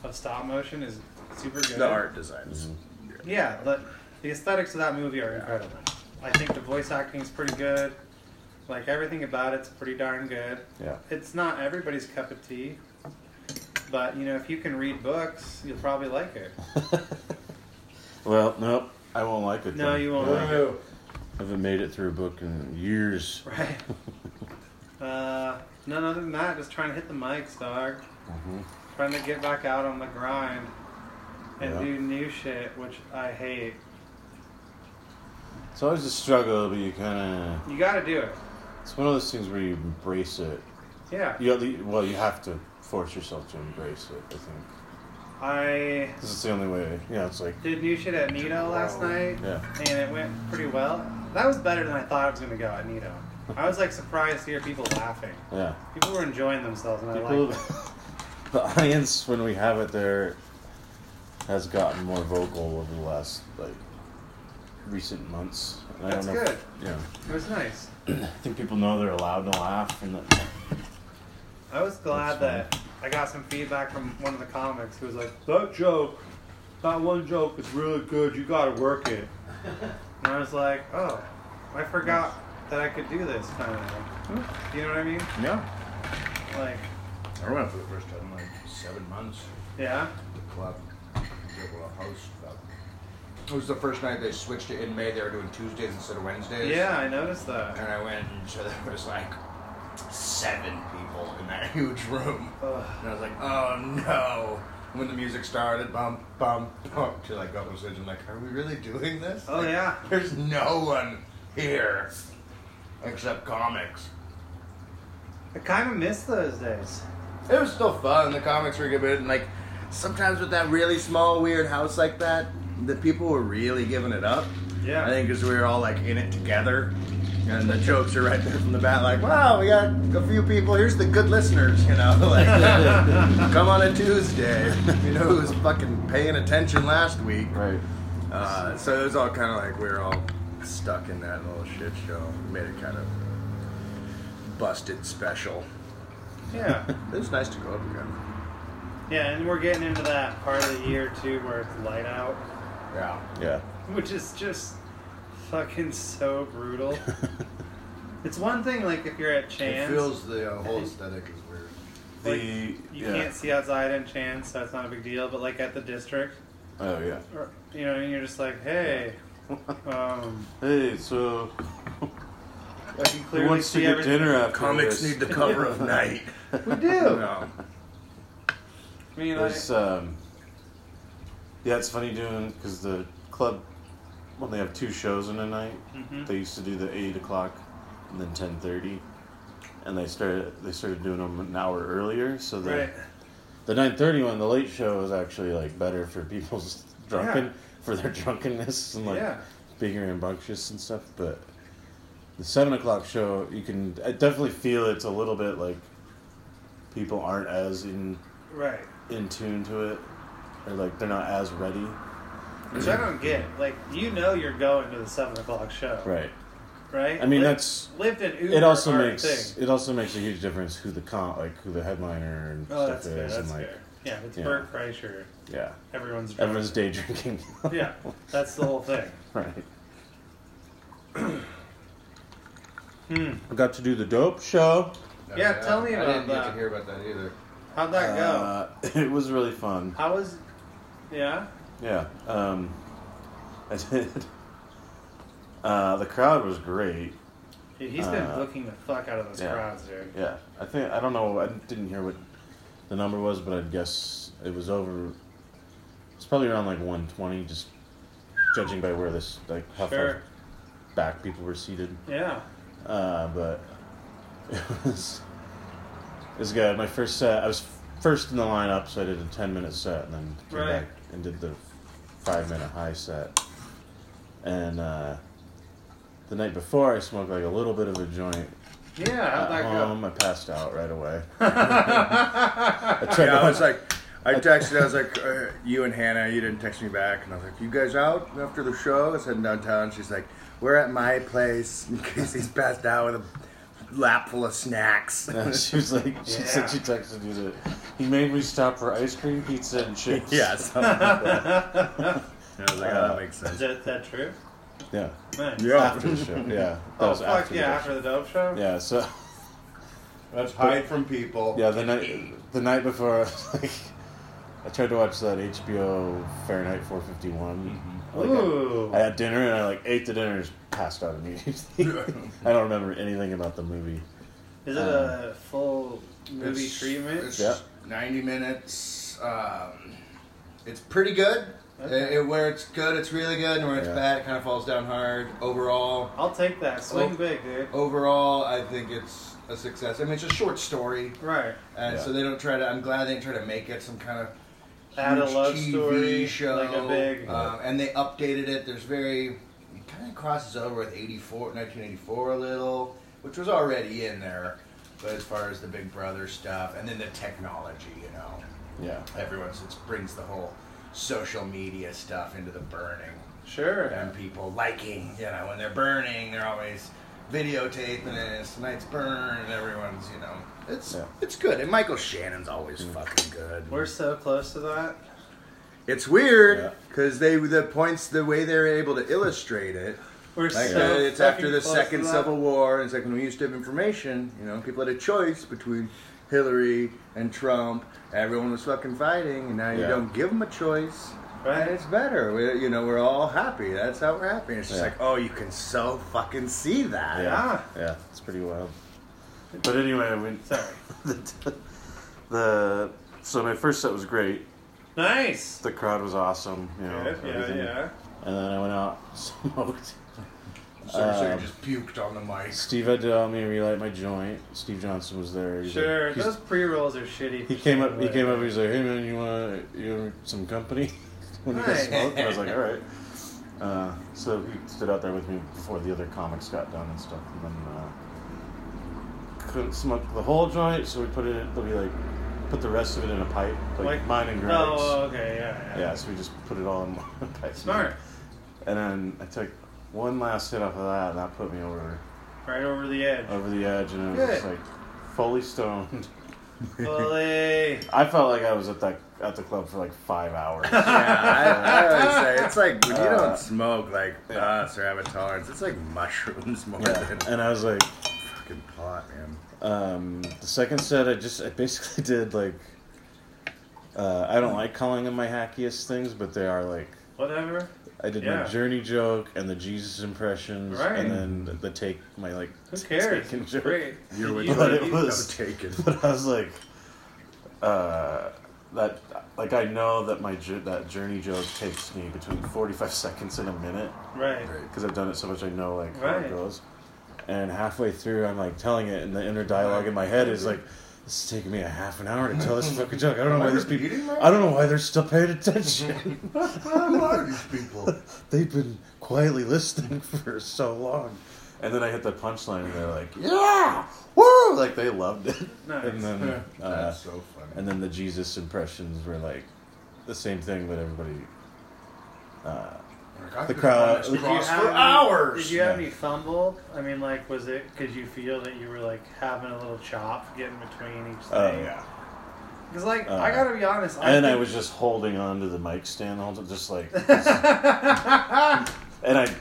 S1: of stop motion is super good.
S5: The art designs.
S3: Mm-hmm.
S1: Yeah, the, the aesthetics of that movie are incredible. I think the voice acting is pretty good. Like, everything about it's pretty darn good.
S2: Yeah.
S1: It's not everybody's cup of tea, but, you know, if you can read books, you'll probably like it.
S2: Well, nope. I won't like it.
S1: No,
S2: then.
S1: you won't
S2: Yeah.
S1: like it.
S2: I haven't made it through a book in years.
S1: Right. uh, none other than that, just trying to hit the mics, dog.
S2: Mm-hmm.
S1: Trying to get back out on the grind and
S2: Yeah.
S1: do new shit, which I hate.
S2: It's always a struggle, but you kind
S1: You gotta do it.
S2: of. It's one of those things where you embrace it.
S1: Yeah.
S2: You at least, well, you have to force yourself to embrace it. I think
S1: I
S2: this is the only way. Yeah, it's like
S1: did new shit at Nito last night,
S2: yeah,
S1: and it went pretty well. That was better than I thought it was gonna go at Nito. I was like surprised to hear people laughing.
S2: yeah.
S1: People were enjoying themselves, and I
S2: People-
S1: liked it.
S2: the audience when we have it there has gotten more vocal over the last like recent months. And I
S1: That's
S2: don't know if-
S1: good.
S2: yeah,
S1: It was nice.
S2: I think people know they're allowed to laugh and that.
S1: I was glad
S2: That's
S1: that I got some feedback from one of the comics who was like, "That joke, that one joke is really good. You gotta work it." and I was like, "Oh, I forgot that I could do this kind of thing." You know what I mean?
S3: Yeah.
S1: Like,
S3: I went for the first time in like seven months.
S1: yeah,
S3: The club. Did a host club. It was the first night they switched it in May. They were doing Tuesdays instead of Wednesdays.
S1: yeah. I noticed that.
S3: And I went, and so there was like seven people in that huge room.
S1: Ugh.
S3: And I was like, oh no. When the music started, bump, bump, bump, till I got the I'm like, are we really doing this?
S1: Oh
S3: Like,
S1: yeah.
S3: There's no one here except comics.
S1: I kind of miss those days.
S3: It was still fun. The comics were good, and like sometimes with that really small, weird house like that, the people were really giving it up.
S1: Yeah.
S3: I think because we were all like in it together, and the jokes are right there from the bat. Like, wow, we got a few people. Here's the good listeners, you know. Like, come on a Tuesday. You know who was fucking paying attention last week.
S2: Right.
S3: Uh, so it was all kind of like we were all stuck in that little shit show. Made it kind of busted special.
S1: Yeah.
S3: It was nice to go up again.
S1: yeah, and we're getting into that part of the year too where it's light out,
S3: Yeah.
S2: Yeah.
S1: which is just fucking so brutal. it's one thing like if you're at Chance.
S3: It feels the uh, whole aesthetic is weird.
S1: Like,
S2: The-
S1: you
S2: yeah.
S1: can't see outside in chance, so it's not a big deal. But like at the district,
S2: Oh yeah.
S1: or, you know, and you're just like, hey, um,
S2: Hey, so
S1: I can
S2: who
S1: clearly
S2: wants to
S1: see
S2: get
S1: everything.
S2: dinner after
S3: Comics
S2: this?
S3: need the cover of night.
S1: We do.
S3: No.
S1: I mean, like,
S2: There's, um, yeah, it's funny doing because the club when they have two shows in a night,
S1: Mm-hmm.
S2: they used to do the eight o'clock and then ten thirty, and they started they started doing them an hour earlier. So the
S1: right?
S2: the nine thirty one, the late show is actually like better for people's drunken
S1: Yeah.
S2: for their drunkenness and like
S1: Yeah.
S2: being rambunctious and stuff. But the seven o'clock show, you can I definitely feel it's a little bit like people aren't as in
S1: Right.
S2: in tune to it. Or like they're not as ready.
S1: Which I don't get. Like, you know, you're going to the seven o'clock show,
S2: Right.
S1: Right?
S2: I mean,
S1: Li-
S2: that's-
S1: lived in Uber.
S2: It also
S1: are a
S2: makes
S1: thing.
S2: it also makes a huge difference who the con like who the headliner and
S1: Oh,
S2: stuff
S1: that's fair.
S2: is
S1: That's
S2: and like
S1: fair. Yeah, it's
S2: yeah.
S1: Bert Kreischer.
S2: yeah.
S1: Everyone's drunk.
S2: Everyone's day drinking.
S1: yeah, that's the whole thing.
S2: right.
S6: Hmm.
S2: I got to do the dope show.
S1: Yeah, tell me about
S3: I didn't get
S1: that.
S3: to hear about that either.
S1: How'd that go?
S2: Uh, it was really fun.
S1: How was? Yeah.
S2: Yeah. Um, I did. Uh, the crowd was great.
S6: Dude, he's been
S2: Uh,
S6: booking the fuck out of those
S2: yeah.
S6: crowds, dude.
S2: Yeah, I think I don't know. I didn't hear what the number was, but I'd guess it was over. It's probably around like 120, just judging by where this like how
S6: Sure.
S2: far back people were seated.
S6: Yeah.
S2: Uh, but it was it was good. My first set, I was first in the lineup, so I did a 10 minute set, and then came
S6: Right.
S2: back and did the five minute high set. And uh, the night before, I smoked like a little bit of a joint
S6: Yeah, how'd
S2: at
S6: that go?
S2: home. I passed out right away. I tried
S3: Yeah,
S2: to-
S3: I was like, I texted, I was like, uh, you and Hannah, you didn't text me back. And I was like, you guys out after the show? I was heading downtown. She's like, we're at my place in case he's passed out with a lap full of snacks.
S2: No, she was like, she said she texted you that he made me stop for ice cream, pizza, and chips.
S3: yeah, something like that.
S2: Um,
S3: And I was like, oh, that makes
S6: Is
S3: sense.
S6: that, that true?
S2: yeah,
S6: Nice.
S2: after the show. Yeah, that
S6: Oh,
S2: was
S6: fuck
S2: after
S6: yeah,
S2: the
S6: after the dope show?
S2: show. Yeah, so
S5: Let's hide from people.
S2: yeah, the night the night before, I was like, I tried to watch that HBO Fahrenheit 451. Like, I-
S6: Ooh.
S2: I, had dinner and I like ate the dinner and just passed out immediately. I don't remember anything about the movie.
S6: Is it
S2: uh,
S6: a full movie
S5: It's-
S6: treatment?
S5: It's
S2: Yeah.
S5: 90 minutes. Um, it's pretty good. It- it- where it's good, it's really good, and where it's
S2: Yeah.
S5: bad, it kind of falls down hard. Overall,
S6: I'll take that. Swing
S5: Oh.
S6: big, dude.
S5: overall, I think it's a success. I mean, it's a short story,
S6: Right.
S5: and
S2: Yeah.
S5: so they don't try to. I'm glad they didn't try to make it some kind of
S6: Add a
S5: huge
S6: love
S5: TV
S6: story,
S5: show.
S6: like a big-
S5: Um, and they updated it. There's very it kind of crosses over with 84, 1984 a little, which was already in there. But as far as the Big Brother stuff, and then the technology, you know,
S2: Yeah,
S5: everyone it brings the whole social media stuff into the burning
S6: Sure.
S5: and people liking. You know, when they're burning, they're always videotaping it. It's Tonight's burn, and everyone's you know,
S3: It's,
S2: Yeah. Mm.
S3: it's good. And Michael Shannon's always fucking good.
S6: We're so close to that.
S3: It's weird
S2: Yeah.
S3: because they the points the way they're able to illustrate it.
S6: We're
S3: Like
S6: so.
S3: uh, it's after
S6: fucking
S3: the
S6: close
S3: second
S6: to that.
S3: Civil War. and It's like when we used to have information, you know, people had a choice between Hillary and Trump. Everyone was fucking fighting, and now you
S2: Yeah.
S3: don't give them a choice. And
S6: Right?
S3: it's better. We, you know, we're all happy. That's how we're happy. It's just
S2: Yeah.
S3: like, oh, you can so fucking see that.
S2: yeah, yeah. It's pretty wild. Ah. But anyway, we
S6: Sorry.
S2: the, the so my first set was great.
S6: Nice.
S2: The crowd was awesome. You know,
S6: Yeah, yeah,
S2: everything.
S6: yeah.
S2: And then I went out, smoked.
S5: so, so
S2: Um,
S5: you just puked on the mic.
S2: Steve had to help me relight my joint. Steve Johnson was there. He's
S6: Sure.
S2: like- he's-
S6: Those pre rolls are shitty.
S2: he came up. He came up. He's like, "Hey man, you want you want some company?" when you guys
S6: Nice.
S2: smoke? And I was like, "All right." Uh, so he stood out there with me before the other comics got done and stuff, and then uh, couldn't smoke the whole joint, so we put it. in- They'll be like, put the rest of it in a pipe, like,
S6: Like-
S2: mine and Greg's.
S6: Oh, okay, yeah, yeah.
S2: Yeah, so we just put it all in one pipe.
S6: Smart.
S2: And then I took one last hit off of that, and that put me over
S6: Right over the edge.
S2: over the edge, and it was just
S6: Good.
S2: like fully stoned.
S6: Holy.
S2: I felt like I was at that at the club for like five hours.
S3: Yeah, I, I always say it's like when you
S2: Uh,
S3: don't smoke like
S2: yeah.
S3: us or have a tolerance. It's like mushrooms more
S2: Yeah,
S3: than
S2: and I was like,
S3: fucking pot, man.
S2: um, the second set, I just I basically did like, uh, I don't like calling them my hackiest things, but they are like
S6: Whatever.
S2: I did
S6: Yeah.
S2: my journey joke and the Jesus impressions,
S6: Right.
S2: and then the, the take my like
S6: Who cares?
S2: taken
S6: It's
S2: joke.
S6: great.
S3: You're with
S6: You-
S2: But it
S6: you-
S2: was-
S3: no taken.
S2: But I was like, uh, that like I know that my ju- that journey joke takes me between forty five seconds and a minute.
S6: Right.
S2: because I've done it so much, I know like how
S6: Right.
S2: it goes. And halfway through, I'm like telling it, and the inner dialogue in my head is like, "This is taking me a half an hour to tell this fucking joke. I don't know why these
S5: repeating
S2: people.
S5: that?
S2: I don't know why they're still paying attention.
S5: Who are these people?
S2: They've been quietly listening for so long." And then I hit the punchline, and they're like,
S5: Yeah.
S2: "Woo!" Like they loved it.
S6: Nice.
S2: And then, uh,
S5: That's so funny.
S2: and then the Jesus impressions were like the same thing, but everybody. Uh,
S5: Like, I
S2: the
S5: could
S2: crowd-
S5: run this
S2: Did you
S5: cross
S6: have
S5: for
S6: any- Did
S5: hours.
S6: you have
S2: Yeah.
S6: any fumble? I mean, like, was it, could you feel that you were, like, having a little chop getting between each
S2: oh
S6: thing?
S2: yeah.
S6: Because, like,
S2: Uh,
S6: I gotta be honest.
S2: And I
S6: think-
S2: was just holding on to the mic stand, all just like, and I,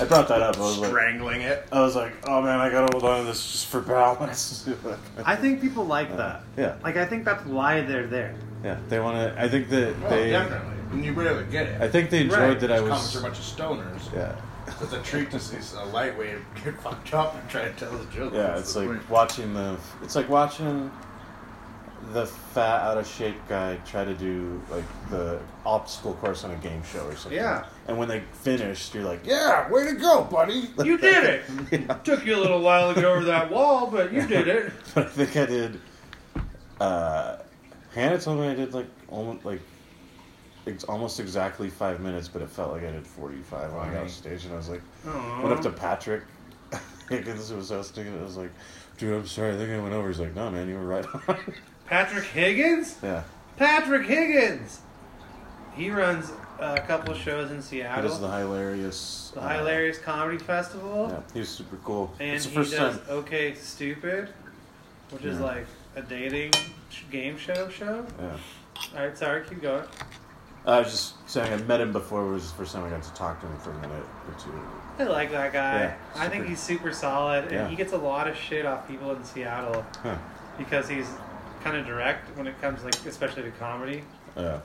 S2: I brought that up. I was like,
S5: Strangling it.
S2: I was like, oh man, I gotta hold on to this just for balance.
S1: I think people
S2: Uh.
S1: like that.
S2: yeah,
S1: Like I think that's why they're there.
S2: yeah. They want to. I think that
S5: Oh,
S2: they.
S5: definitely. And you really get it.
S2: I think they enjoyed
S1: Right,
S2: that I
S5: These comics are a
S2: was.
S5: bunch of stoners.
S2: Yeah,
S3: So it's a treat to see a lightweight get fucked up and try to tell the joke.
S2: Yeah,
S3: That's
S2: it's
S3: the
S2: like
S3: point.
S2: watching the. It's like watching the fat, out of shape guy try to do like the obstacle course on a game show or something.
S1: Yeah.
S2: And when they finished, you're like, "Yeah, way to go, buddy!"
S1: You did it. Took you a little while to get over that wall, but you did it.
S2: But I think I did. Uh, Hannah told me I did like almost like ex- almost exactly five minutes, but it felt like I did forty-five when I got off stage, and I was like, went up to Patrick. Higgins was hosting, and I was like, "Dude, I'm sorry, I think I went over." He's like, "No, man, you were right on."
S1: Patrick Higgins?
S2: yeah.
S1: Patrick Higgins! He runs a couple shows in Seattle.
S2: It is the hilarious.
S1: the
S2: uh,
S1: Hilarious Comedy Festival.
S2: Yeah, he was super cool.
S1: And
S2: it's the
S1: he
S2: first
S1: does
S2: time.
S1: Okay Stupid, which is
S2: Yeah.
S1: like a dating sh- game show show.
S2: Yeah.
S1: All right, sorry, keep going.
S2: I was just saying, I met him before. It was the first time I got to talk to him for a minute or two.
S1: I like that guy.
S2: Yeah,
S1: I think
S2: super-
S1: he's super solid, and
S2: Yeah.
S1: he gets a lot of shit off people in Seattle
S2: Huh.
S1: because he's kind of direct when it comes, like especially to comedy.
S2: Uh,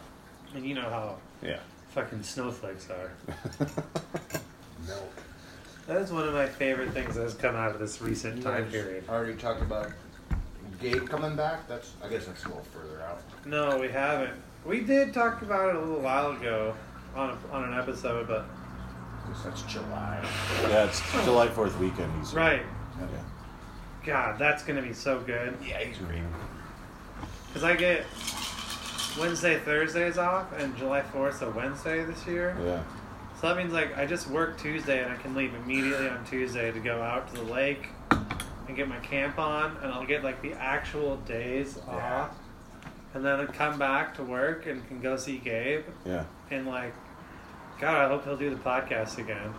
S1: And you know how
S2: yeah.
S1: fucking snowflakes are. That is one of my favorite things that has come out of this recent time period.
S3: Already talked about Gabe coming back. That's I guess that's a little further out.
S1: No, we haven't. We did talk about it a little while ago on a, on an episode, but
S3: 'cause That's July.
S2: Yeah, it's July 4th weekend. He's
S1: right.
S2: Yeah.
S1: God, that's gonna be so good.
S3: Yeah, he's great.
S1: Cause I get Wednesday, Thursdays off, and July Fourth a Wednesday this year.
S2: Yeah.
S1: So that means like I just work Tuesday and I can leave immediately on Tuesday to go out to the lake and get my camp on, and I'll get like the actual days off, and then I come back to work and can go see Gabe
S2: Yeah.
S1: and like, God, I hope he'll do the podcast again.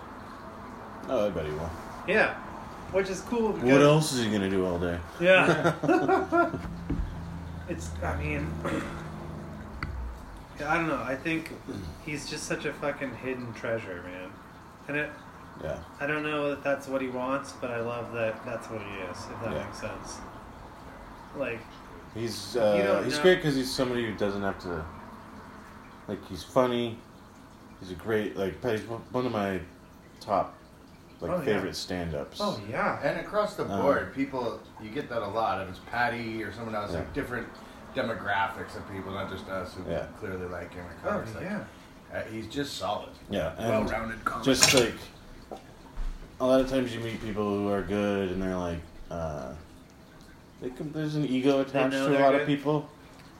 S2: Oh, I bet he will.
S1: Yeah, which is cool. Because,
S2: What else is he gonna do all day?
S1: Yeah. it's, I mean, I don't know. I think he's just such a fucking hidden treasure, man. And it,
S2: Yeah.
S1: I don't know that that's what he wants, but I love that that's what he is, if that
S2: Yeah.
S1: makes sense. Like,
S2: He's
S1: You
S2: uh,
S1: don't
S2: he's
S1: know.
S2: great because he's somebody who doesn't have to. Like he's funny. He's a great like he's one one of my top like
S1: Oh, yeah.
S2: favorite stand-ups.
S1: oh, yeah.
S3: And across the
S2: Uh.
S3: board, people you get that a lot. If it's Patty or someone else,
S2: Yeah.
S3: like different demographics of people, not just us who
S2: Yeah.
S3: clearly like him. and
S1: Oh,
S3: comics, like,
S1: yeah.
S3: uh, he's just solid.
S2: Yeah, and
S3: Well-rounded comic.
S2: Just like a lot of times you meet people who are good, and they're like, uh, they can, there's an ego attached
S1: know
S2: to a
S1: they're
S2: lot
S1: good.
S2: of people.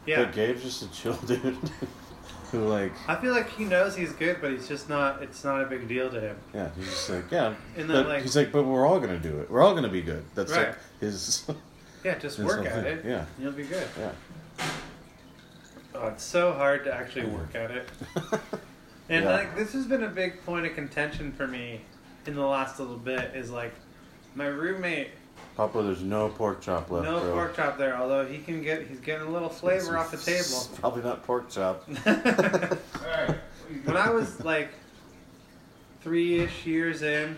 S1: Yeah.
S2: But Gabe's just a chill dude who like,
S1: I feel like he knows he's good, but he's just not, it's not a big deal to him.
S2: yeah, he's just like, yeah.
S1: And then,
S2: but
S1: like-
S2: he's like, but we're all gonna do it. We're all gonna be good. That's
S1: Right.
S2: like his.
S1: Yeah, just
S2: That's
S1: work
S2: the
S1: at
S2: thing,
S1: it.
S2: yeah.
S1: and You'll be good.
S2: yeah.
S1: Oh, it's so hard to actually work at it. And
S2: Yeah.
S1: like this has been a big point of contention for me in the last little bit is like my roommate
S2: Papa, there's no pork chop left.
S1: no
S2: bro.
S1: pork chop there, although he can get he's getting a little flavor off the
S2: It's
S1: table.
S2: Probably not pork chop.
S1: when I was like three ish years in,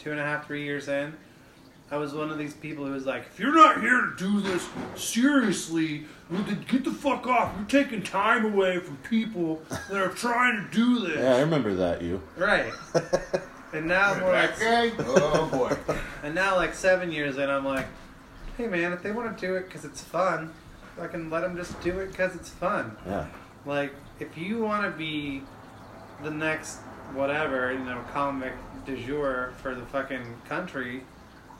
S1: two and a half, three years in, I was one of these people who was like, if you're not here to do this seriously, well, then get the fuck off. You're taking time away from people that are trying to do this.
S2: Yeah, I remember that. You.
S1: Right. and now more like
S3: Okay. oh boy.
S1: and now like seven years in, I'm like, hey man, if they want to do it because it's fun, I can let them just do it because it's fun.
S2: Yeah.
S1: Like if you want to be the next whatever, you know, comic du jour for the fucking country,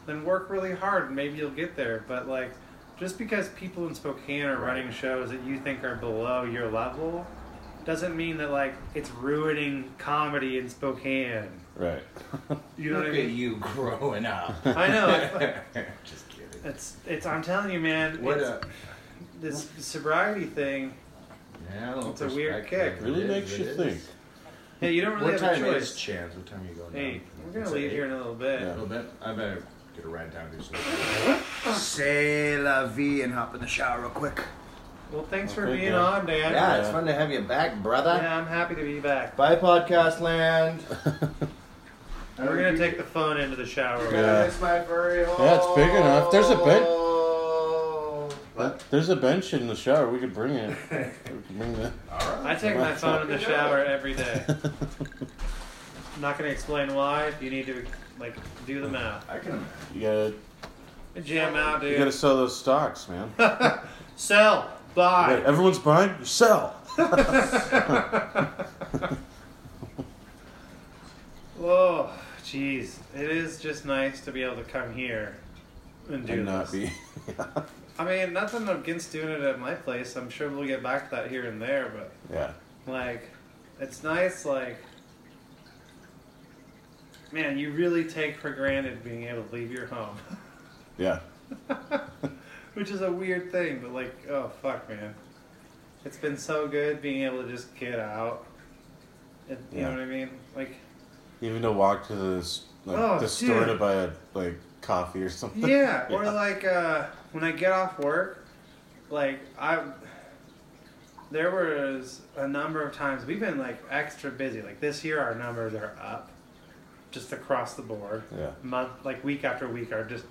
S1: then work really hard and maybe you'll get there. But like, just because people in Spokane are running shows that you think are below your level. Doesn't mean that like it's ruining comedy in Spokane.
S2: Right.
S1: You know
S3: Look
S1: what I
S3: at
S1: mean?
S3: you growing up.
S1: I know. it's-
S3: just kidding.
S1: It's it's. I'm telling you, man.
S3: What uh,
S1: it's,
S3: a
S1: this sobriety thing.
S3: yeah, little
S1: It's a weird
S3: perspective.
S1: kick.
S3: It
S2: really
S3: is,
S2: makes
S3: it
S2: you
S3: is.
S2: think.
S1: Yeah, you don't really
S3: What
S1: have
S3: time
S1: a
S3: is
S1: choice.
S3: Chance? What time are you going
S1: Hey,
S3: down?
S1: we're gonna
S3: It's
S1: leave
S3: eight?
S1: here in a little bit.
S3: A little bit. I better get a ride down. Do some.
S7: Say la vie and hop in the shower real quick.
S1: Well, thanks for
S2: Okay,
S1: being
S2: yeah.
S1: on, Dan.
S7: Yeah, it's
S2: Yeah.
S7: fun to have you back, brother.
S1: Yeah, I'm happy to be back.
S7: Bye, podcast land.
S1: We're gonna take the phone into the shower.
S2: Yeah.
S3: It's my furry hole.
S2: Yeah, it's big enough. There's a bed.
S3: Oh. What?
S2: There's a bench in the shower. We could bring it. We could bring that.
S3: All right.
S1: I take my phone in the shower every day. I'm not gonna explain why. You need to like do the math.
S3: I can imagine.
S2: You gotta,
S1: Jam out,
S2: you
S1: dude.
S2: gotta sell those stocks, man.
S1: Sell, buy.
S2: Wait, everyone's buying. You sell.
S1: Oh, jeez. It is just nice to be able to come here and do
S2: And not
S1: this.
S2: be.
S1: I mean, nothing against doing it at my place. I'm sure we'll get back to that here and there, but
S2: yeah.
S1: like, it's nice. Like, man, you really take for granted being able to leave your home,
S2: Yeah.
S1: which is a weird thing. But like, oh fuck, man, it's been so good being able to just get out. And, You
S2: Yeah.
S1: know what I mean? Like,
S2: Even to walk to the s- like
S1: Oh,
S2: the store
S1: dude.
S2: to buy a like coffee or something.
S1: Yeah, or like uh, when I get off work, like I, there was a number of times we've been like extra busy. Like this year, our numbers are up, just across the board.
S2: Yeah.
S1: Month like week after week are just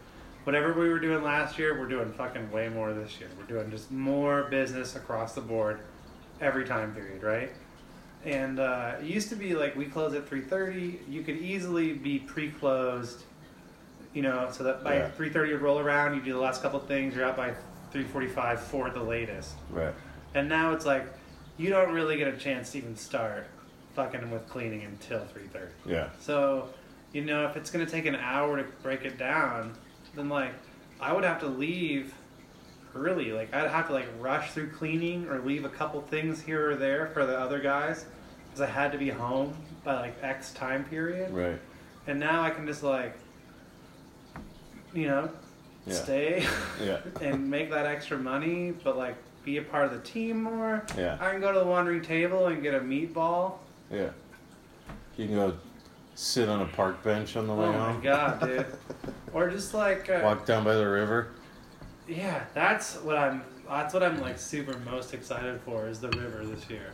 S1: whatever we were doing last year, we're doing fucking way more this year. We're doing just more business across the board, every time period, right? And uh, it used to be like we close at three thirty. You could easily be pre-closed you know, so that by
S2: Yeah.
S1: 3.30 you roll around, you do the last couple of things, you're out by 3.45 for the latest.
S2: Right.
S1: And now it's like, you don't really get a chance to even start fucking with cleaning until 3.30.
S2: Yeah.
S1: So, you know, if it's going to take an hour to break it down, then like, I would have to leave early. Like, I'd have to like rush through cleaning or leave a couple things here or there for the other guys because I had to be home by like X time period
S2: Right.
S1: and now I can just like, you know,
S2: Yeah.
S1: stay
S2: Yeah.
S1: and make that extra money, but like be a part of the team more.
S2: Yeah.
S1: I can go to the wandering table and get a meatball.
S2: Yeah. You can go sit on a park bench on the way
S1: oh
S2: home.
S1: my god, dude! or just like, uh,
S2: Walk down by the river.
S1: yeah, that's what I'm. That's what I'm like super most excited for is the river this year.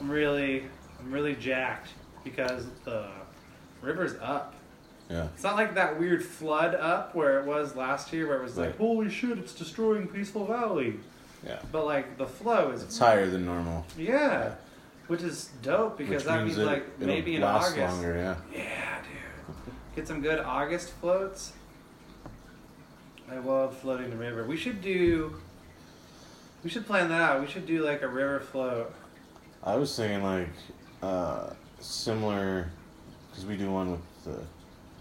S1: I'm really, I'm really jacked because the river's up.
S2: Yeah.
S1: It's not like that weird flood up where it was last year, where it was like,
S2: Right.
S1: holy shit, it's destroying Peaceful Valley.
S2: Yeah.
S1: But like the flow is,
S2: It's higher than normal.
S1: yeah, which is dope because
S2: Which
S1: that
S2: means
S1: means
S2: it,
S1: like
S2: it'll
S1: maybe in
S2: last
S1: August,
S2: longer, yeah.
S1: yeah, dude, get some good August floats. I love floating the river. We should do, we should plan that out. We should do like a river float.
S2: I was thinking like uh, similar, because we do one with the,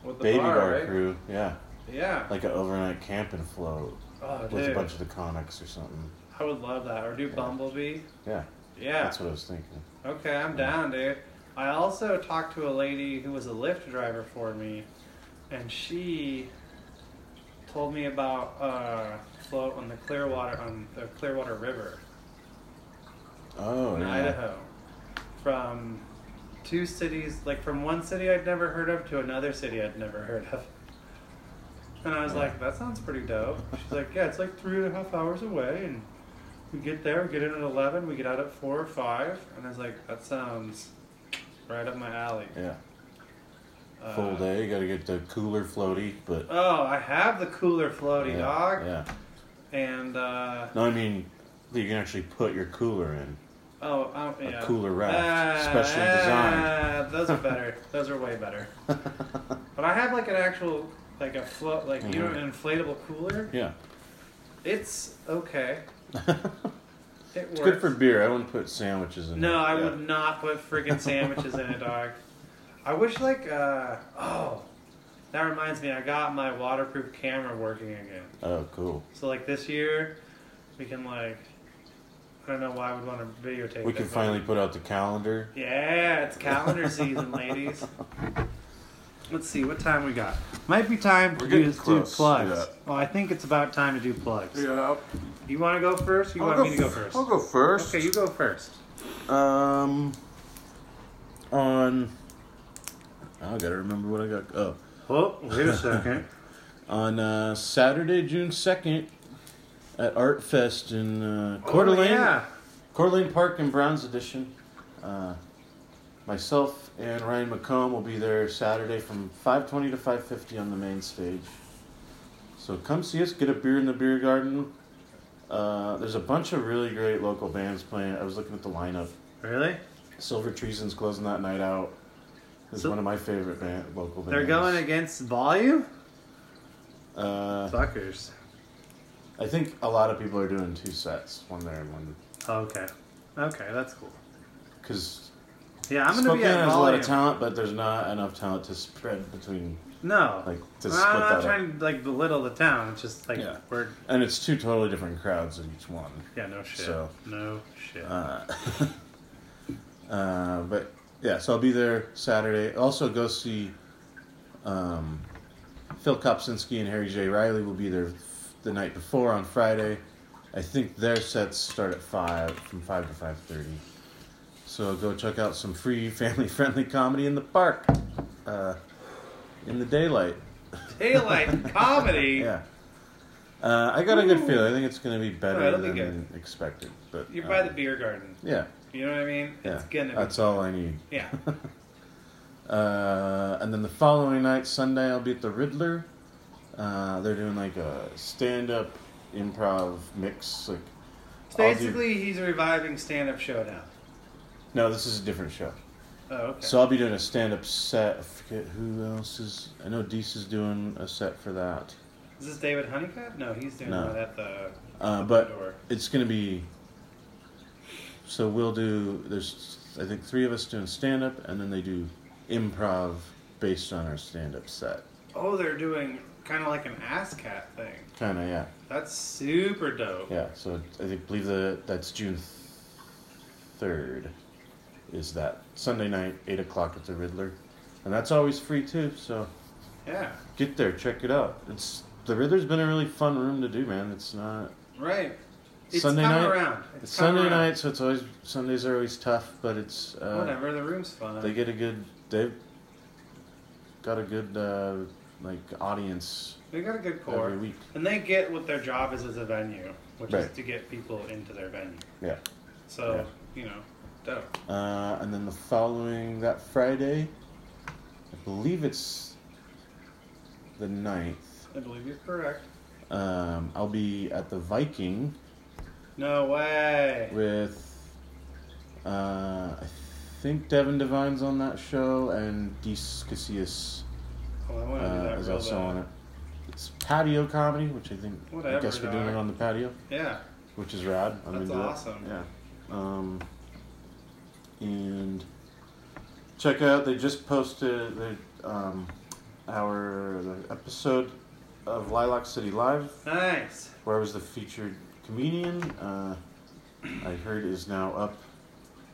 S1: With the
S2: baby
S1: bar,
S2: bar
S1: right?
S2: crew. Yeah,
S1: Yeah.
S2: like an overnight camping float
S1: Oh,
S2: with
S1: dude.
S2: a bunch of the conics or something.
S1: I would love that. Or do Bumblebee.
S2: Yeah,
S1: Yeah.
S2: that's what I was thinking.
S1: Okay, I'm down, dude. I also talked to a lady who was a Lyft driver for me, and she told me about uh, float on the Clearwater on the Clearwater River
S2: Oh
S1: in
S2: yeah,
S1: Idaho, from two cities, like from one city I'd never heard of to another city I'd never heard of. And I was like, that sounds pretty dope. She's like, yeah, it's like three and a half hours away, and we get there, we get in at eleven, we get out at four or five, and I was like, that sounds right up my alley.
S2: yeah.
S1: Uh,
S2: Full day. You got to get the cooler floaty, but
S1: Oh, I have the cooler floaty
S2: yeah,
S1: dog,
S2: Yeah.
S1: and uh,
S2: No, I mean that you can actually put your cooler in.
S1: oh, I don't-
S2: A
S1: yeah.
S2: cooler raft,
S1: Ah,
S2: specially designed.
S1: ah, Those are better. those are way better. But I have like an actual like a float like you know
S2: Mhm.
S1: an inflatable cooler.
S2: yeah,
S1: It's okay. It works.
S2: it's good for beer. I wouldn't put sandwiches in.
S1: No,
S2: it.
S1: I
S2: Yeah.
S1: would not put freaking sandwiches in it, dog. I wish like uh oh that reminds me I got my waterproof camera working again.
S2: Oh, cool.
S1: So like this year we can like I don't know why I would want to videotape.
S2: We
S1: it,
S2: can
S1: but-
S2: finally put out the calendar.
S1: Yeah, it's calendar season, ladies. Let's see what time we got. Might be time to
S2: We're
S1: do,
S2: getting
S1: do
S2: close,
S1: plugs.
S2: yeah.
S1: Well, I think it's about time to do plugs.
S2: Yeah.
S1: You want to go first? You want me to go first?
S2: I'll go first.
S1: Okay, you go first.
S2: Um, on. oh, I gotta remember what I got. Oh,
S8: Oh, wait a second.
S2: on uh, Saturday, June second, at Art Fest in uh, Coeur
S1: Oh,
S2: d'Alene,
S1: yeah.
S2: Coeur d'Alene Park in Browns Edition. Uh, myself and Ryan McComb will be there Saturday from five twenty to five fifty on the main stage. So come see us. Get a beer in the beer garden. Uh, there's a bunch of really great local bands playing. I was looking at the lineup.
S8: Really?
S2: Silver Treason's closing that night out. It's
S9: So-
S2: one of my favorite band, local bands.
S9: They're going against volume?
S2: Uh,
S9: Fuckers.
S2: I think a lot of people are doing two sets, one there and one
S9: Okay. Okay, that's cool.
S2: because
S9: Yeah, I'm gonna
S2: Spokane
S9: be at
S2: has a lot
S9: volume.
S2: of talent, but there's not enough talent to spread between.
S9: No,
S2: Like, to
S9: I'm
S2: split that
S9: not
S2: up.
S9: trying to like belittle the town. It's just like
S2: Yeah.
S9: we're
S2: And it's two totally different crowds in each one.
S9: yeah, no shit,
S2: So-
S9: no shit.
S2: Uh, uh, but yeah, so I'll be there Saturday. Also, go see um, Phil Kopsinski and Harry J. Riley will be there f- the night before on Friday. I think their sets start at five, from five to five thirty. So go check out some free family-friendly comedy in the park, uh, in the daylight.
S1: Daylight comedy.
S2: Yeah. Uh, I got a good feeling. I think it's going to be
S1: Oh,
S2: better
S1: it'll be
S2: than expected. But
S1: You're by
S2: uh,
S1: the beer garden.
S2: Yeah.
S1: You know what I mean?
S2: Yeah,
S1: It's gonna be.
S2: that's all I need.
S1: yeah.
S2: Uh, and then the following night, Sunday, I'll be at the Riddler. Uh, they're doing like a stand-up improv mix. Like
S1: It's
S2: I'll do-
S1: basically, he's reviving Stand Up Showdown.
S2: no, this is a different show.
S1: Oh, okay.
S2: So I'll be doing a stand-up set. I forget who else is. I know Deese is doing a set for that.
S1: Is this David Honeycutt? No, he's doing
S2: No.
S1: that at the.
S2: Uh,
S1: Door.
S2: but it's going to be. So we'll do. There's, I think, three of us doing stand up, and then they do improv based on our stand up set.
S1: Oh, they're doing kind of like an ass cat thing.
S2: Kind of, yeah.
S1: That's super dope.
S2: Yeah, so I think, believe the, that's June 3rd, is that Sunday night, 8 o'clock at the Riddler. And that's always free too, so
S1: Yeah.
S2: get there, check it out. It's The Riddler's been a really fun room to do, man. It's not.
S1: Right. It's
S2: Sunday
S1: come
S2: night?
S1: around.
S2: It's,
S1: come
S2: Sunday
S1: around.
S2: night, so it's always. Sundays are always tough, but it's. Uh,
S1: Whatever, the room's fun.
S2: They get a good. They've got a good, uh, like, audience
S1: They got a good core.
S2: every week.
S1: And they get what their job is as a venue, which
S2: Right.
S1: is to get people into their venue.
S2: Yeah.
S1: So, you know, dope.
S2: Uh, and then the following that Friday, I believe it's the 9th,
S1: I believe you're correct.
S2: um, I'll be at the Viking
S1: No way.
S2: with, uh, I think Devin Devine's on that show, and Dees Casillas
S1: Oh, I want to do
S2: uh,
S1: that
S2: is
S1: real
S2: also
S1: bad.
S2: on it. It's patio comedy, which I think, I
S1: Whatever,
S2: guess we're doing
S1: dog.
S2: it on the patio.
S1: Yeah.
S2: which is rad. I'm
S1: That's
S2: into that.
S1: awesome.
S2: Yeah. Um, and check out they just posted the um, our the episode of Lilac City Live
S1: Nice.
S2: where I was the featured comedian. Uh, I heard is now up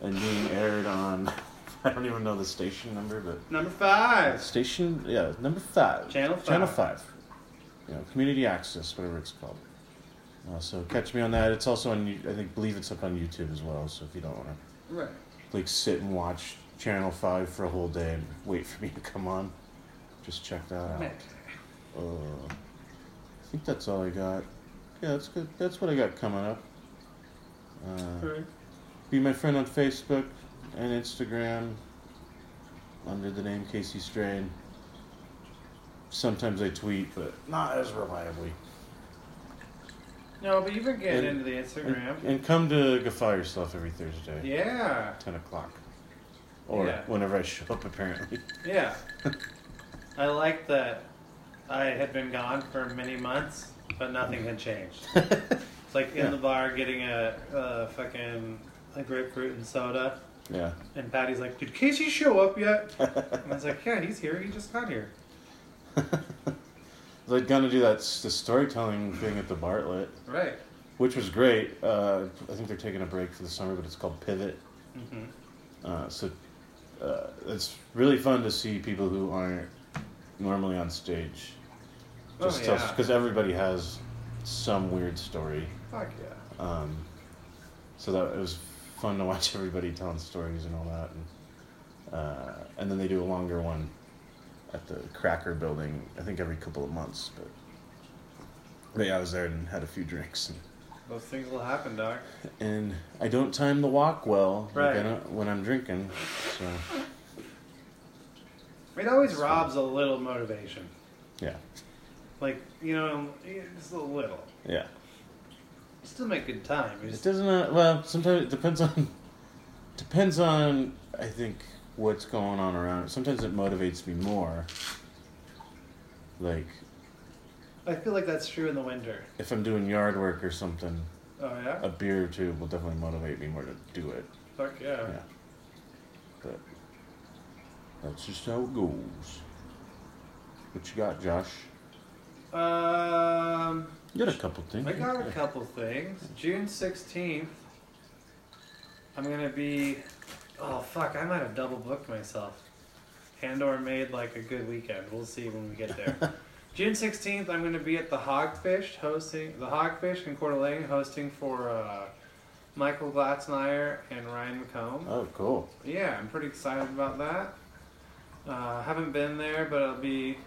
S2: and being aired on. I don't even know the station number, but
S1: Number five.
S2: Station, yeah, number five.
S1: Channel
S2: Channel
S1: five.
S2: five. You know, community access, whatever it's called. Uh, so catch me on that. It's also on. You- I think believe it's up on YouTube as well. So if you don't want to
S1: Right.
S2: like sit and watch Channel Five for a whole day and wait for me to come on, just check that out.
S1: Man.
S2: Uh, I think that's all I got. Yeah, that's good. That's what I got coming up. Uh,
S1: Right.
S2: be my friend on Facebook and Instagram under the name Casey Strain. Sometimes I tweet, but not as reliably.
S1: No, but you've been getting
S2: And-
S1: into the
S2: And,
S1: Instagram.
S2: and come to Gaffa yourself every Thursday,
S1: yeah.
S2: 10 o'clock. Or
S1: Yeah.
S2: whenever I show up, apparently.
S1: Yeah. I like that I had been gone for many months, but nothing had changed. It's like in
S2: Yeah.
S1: the bar getting a, a fucking a grapefruit and soda,
S2: yeah.
S1: and Patty's like, "Did Casey show up yet?" And I was like, "Yeah, he's here. He just got here."
S2: I was gonna do that s- the storytelling thing at the Bartlett,
S1: Right.
S2: which was great. Uh, I think they're taking a break for the summer, but it's called Pivot.
S1: hmm
S2: Uh, so uh, it's really fun to see people who aren't normally on stage.
S1: Oh
S2: Just
S1: yeah.
S2: because everybody has some weird story.
S1: Fuck yeah.
S2: Um, so that it was fun to watch everybody telling stories and all that, and uh, and then they do a longer one at the Cracker Building. I think every couple of months, but but yeah, I was there and had a few drinks. And,
S1: Those things will happen, doc.
S2: and I don't time the walk well like, I
S1: Right.
S2: don't, when I'm drinking, so
S1: It always robs a little motivation.
S2: yeah,
S1: Like you know, just a little.
S2: yeah.
S1: You still make good time. You
S2: It
S1: just
S2: doesn't. Uh, well, sometimes it depends on. Depends on I think what's going on around it. Sometimes it motivates me more. Like
S1: I feel like that's true in the winter.
S2: if I'm doing yard work or something,
S1: Oh yeah.
S2: a beer or two will definitely motivate me more to do it.
S1: Fuck yeah.
S2: Yeah. But that's just how it goes. What you got, Josh?
S1: Um,
S2: You got a couple things.
S1: I got a couple things. June sixteenth. I'm gonna be. Oh fuck! I might have double booked myself. Andor made like a good weekend. We'll see when we get there. June sixteenth, I'm gonna be at the Hogfish hosting the Hogfish in Coeur d'Alene hosting for uh, Michael Glatznyer and Ryan McComb.
S2: Oh, cool.
S1: Yeah, I'm pretty excited about that. Uh, haven't been there, but I'll be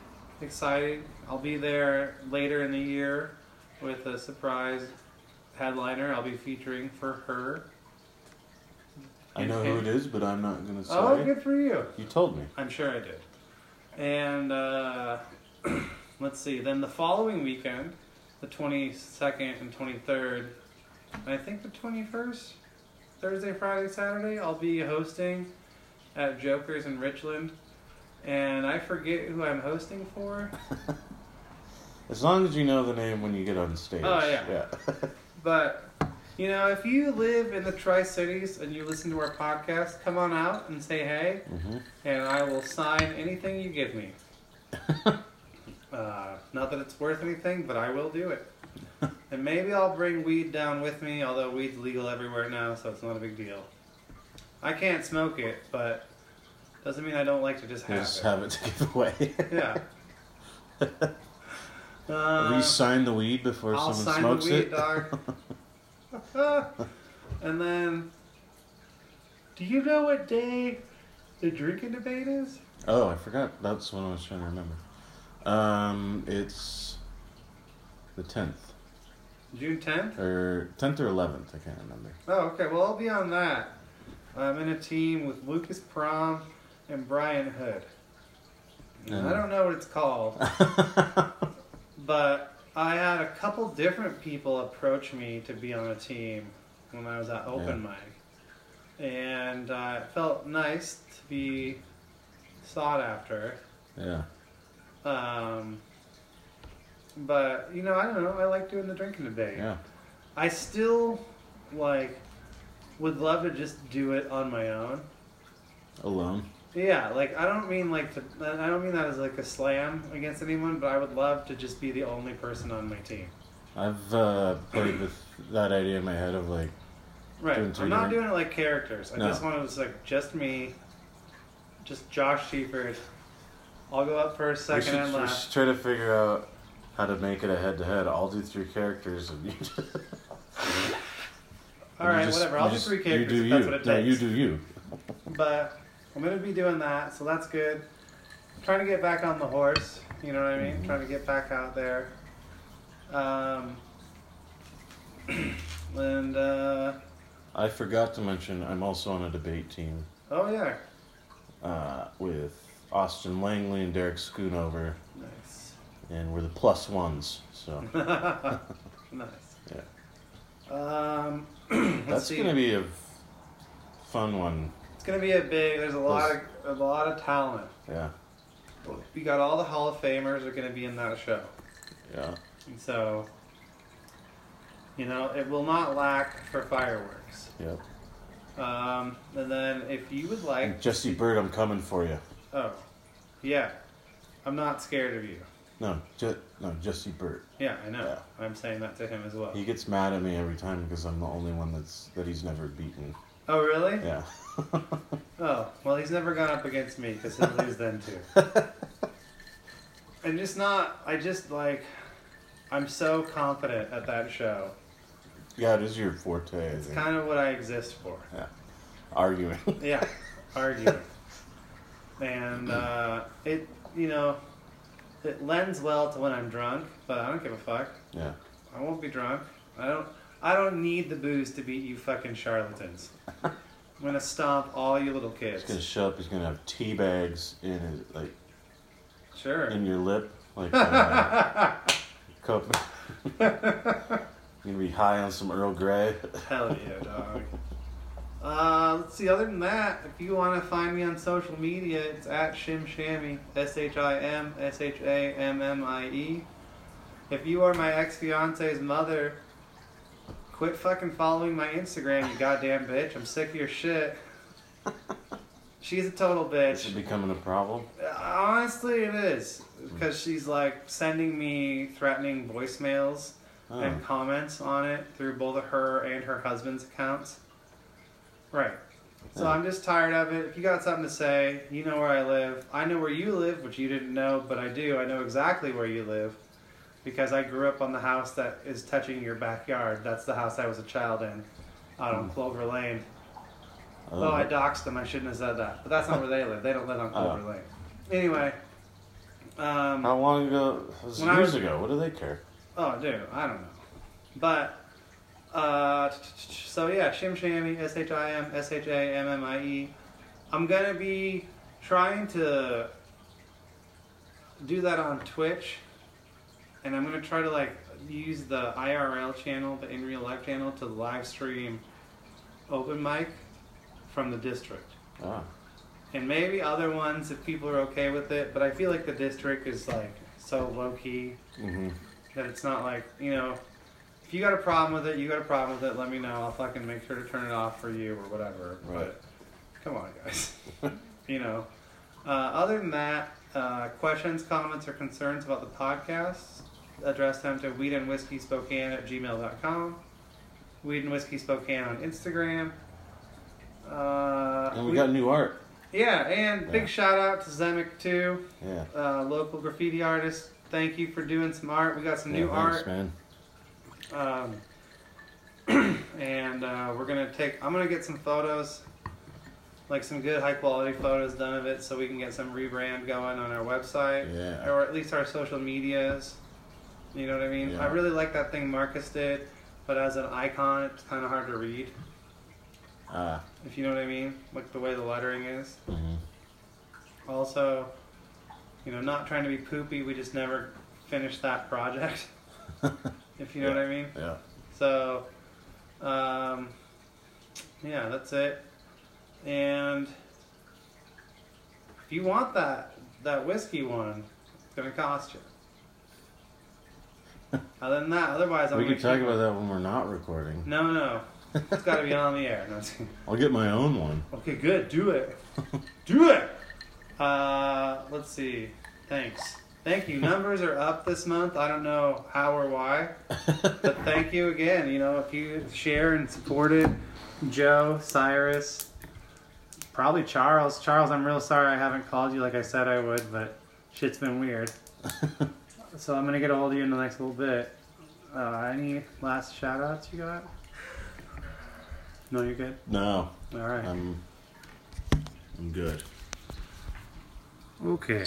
S1: excited. I'll be there later in the year with a surprise headliner. I'll be featuring for her.
S2: I know who it is, but I'm not gonna say.
S1: Oh, good for you.
S2: You told me.
S1: I'm sure I did. And uh, let's see. Then the following weekend, the 22nd and 23rd, and I think the 21st, Thursday, Friday, Saturday, I'll be hosting at Joker's in Richland. And I forget who I'm hosting for,
S2: As long as you know the name when you get on stage.
S1: Oh, yeah.
S2: Yeah.
S1: but you know, if you live in the Tri Cities and you listen to our podcast, come on out and say hey.
S2: hmm
S1: and I will sign anything you give me. uh, not that it's worth anything, but I will do it. and maybe I'll bring weed down with me, although weed's legal everywhere now, so it's not a big deal. I can't smoke it, but doesn't mean I don't like to just have
S2: Just
S1: it.
S2: have it to give away.
S1: yeah.
S2: Will
S1: Uh,
S2: you sign the weed before
S1: I'll
S2: someone
S1: sign the
S2: smokes
S1: weed,
S2: it?
S1: dog. and then, do you know what day the drinking debate is?
S2: Oh, I forgot. That's what I was trying to remember. Um, it's the tenth
S1: June 10th?
S2: or tenth or eleventh. I can't remember.
S1: Oh, okay. Well, I'll be on that. I'm in a team with Lucas Prom and Brian Hood. And I
S2: Mhm.
S1: don't know what it's called, but I had a couple different people approach me to be on a team when I was at open mic, and uh, it felt nice to be sought after.
S2: yeah.
S1: Um, but you know, I don't know. I like doing the drinking debate.
S2: Yeah.
S1: I still like would love to just do it on my own.
S2: Alone.
S1: Yeah, like I don't mean like to, I don't mean that as like a slam against anyone, but I would love to just be the only person on my team.
S2: I've uh, played with that idea in my head of like,
S1: Right.
S2: Doing two
S1: I'm not
S2: different-
S1: doing it like characters. I
S2: No.
S1: just want to just like just me, just Josh Shepherd. I'll go up first,
S2: we
S1: second,
S2: should,
S1: and
S2: we
S1: last.
S2: should try to figure out how to make it a head to head. I'll do three characters and you. Just,
S1: All right,
S2: you just-
S1: whatever.
S2: you
S1: I'll do
S2: just-
S1: three characters. if
S2: You do you.
S1: that's what it
S2: no,
S1: takes.
S2: you do you.
S1: But I'm gonna be doing that, so that's good. trying to get back on the horse, you know what I mean?
S2: Mm-hmm.
S1: Trying to get back out there. Um, and uh,
S2: I forgot to mention I'm also on a debate team
S1: oh yeah,
S2: uh, with Austin Langley and Derek Schoonover,
S1: nice,
S2: and we're the plus ones. So
S1: nice. Yeah. Um, let's
S2: that's
S1: see.
S2: going to be a f- fun one.
S1: It's gonna be a big. There's a lot of a lot of talent.
S2: Yeah,
S1: We got all the Hall of Famers are gonna be in that show.
S2: yeah.
S1: And so, you know, it will not lack for fireworks.
S2: Yep.
S1: Um, and then if you would like,
S2: And Jesse Bird, I'm coming for you.
S1: oh, yeah, I'm not scared of you.
S2: No, Je- no, Jesse Bird.
S1: Yeah, I know. I'm saying that to him as well.
S2: He gets mad at me every time because I'm the only one that's that he's never beaten.
S1: oh, really?
S2: Yeah.
S1: Oh, well, he's never gone up against me because he'll lose then too. I'm just not. I just like. I'm so confident at that show.
S2: yeah, it is your forte. I
S1: It's
S2: think.
S1: kind of what I exist for.
S2: Arguing.
S1: Yeah, arguing. and uh, it, you know, it lends well to when I'm drunk, but I don't give a fuck.
S2: yeah.
S1: I won't be drunk. I don't. I don't need the booze to beat you fucking charlatans. I'm gonna stomp all you little
S2: He's gonna
S1: kids.
S2: show up. He's gonna have tea bags in his like
S1: Sure.
S2: in your lip, like uh, cup. You're gonna be high on some Earl Grey.
S1: Hell yeah, dog. Uh, let's see. Other than that, if you want to find me on social media, it's at Shim Shammy. S H I M S H A M M I E. If you are my ex fiance's mother, quit fucking following my Instagram, you goddamn bitch. I'm sick of your shit. She's a total
S2: This
S1: bitch.
S2: is becoming a problem.
S1: Honestly, it is because she's like sending me threatening voicemails
S2: Oh.
S1: and comments on it through both her and her husband's accounts. Right. So
S2: Huh.
S1: I'm just tired of it. If you got something to say, you know where I live. I know where you live, which you didn't know, but I do. I know exactly where you live because I grew up on the house that is touching your backyard. That's the house I was a child in, out
S2: Hmm.
S1: on Clover Lane. Oh, I doxed them. I shouldn't have said that. But that's not where they live. They don't live on Clover
S2: Oh.
S1: Lane. Anyway, um,
S2: How long ago? It was
S1: When I
S2: years
S1: was-
S2: ago. What do they care?
S1: oh, dude, I don't know. But uh, t- t- t- so yeah, Shim Shammy, S H I M S H A M M I E. I'm gonna be trying to do that on Twitch, and I'm gonna try to like use the IRL channel, the in real life channel, to live stream open mic from the district.
S2: Oh.
S1: and maybe other ones if people are okay with it. But I feel like the district is like so low key
S2: Mm-hmm.
S1: that it's not like you know, if you got a problem with it, you got a problem with it. Let me know. I'll fucking make sure to turn it off for you or whatever.
S2: Right.
S1: But come on, guys. you know. Uh, other than that, uh, questions, comments, or concerns about the podcast, address them to weed and whiskey spokane at gmail.com, weed and whiskey spokane on Instagram. Uh,
S2: And we
S1: we-
S2: got new art.
S1: yeah, and big
S2: Yeah.
S1: shout out to Zemek too,
S2: Yeah.
S1: uh, local graffiti artist. Thank you for doing some art. We got some new
S2: yeah, thanks,
S1: art,
S2: man.
S1: um, and uh, we're gonna take. I'm gonna get some photos, like some good high quality photos done of it, so we can get some rebrand going on our website,
S2: Yeah.
S1: or at least our social medias. You know what I mean?
S2: Yeah.
S1: I really like that thing Marcus did, but as an icon, it's kind of hard to read.
S2: Ah.
S1: If you know what I mean, like the way the lettering is.
S2: mhm.
S1: also, you know, not trying to be poopy, we just never finished that project, if you know what I mean.
S2: Yeah.
S1: So, um, yeah, that's it. And if you want that that whiskey one, it's gonna cost you. Other than that, otherwise I'm
S2: We
S1: gonna
S2: can talk
S1: keep-
S2: about that when we're not recording.
S1: No, no, it's got to be on the air. No, it's-
S2: I'll get my own one.
S1: Okay, good. Do it. Do it. Uh, let's see. Thanks. Thank you. Numbers are up this month. I don't know how or why, but thank you again. You know, if you share and support it, Joe, Cyrus, probably Charles. Charles, I'm real sorry I haven't called you like I said I would, but shit's been weird. so I'm gonna get a hold of you in the next little bit. Uh, any last shout outs you got? No, you're good.
S2: no, Um,
S1: All right.
S2: I'm. I'm good.
S1: Okay.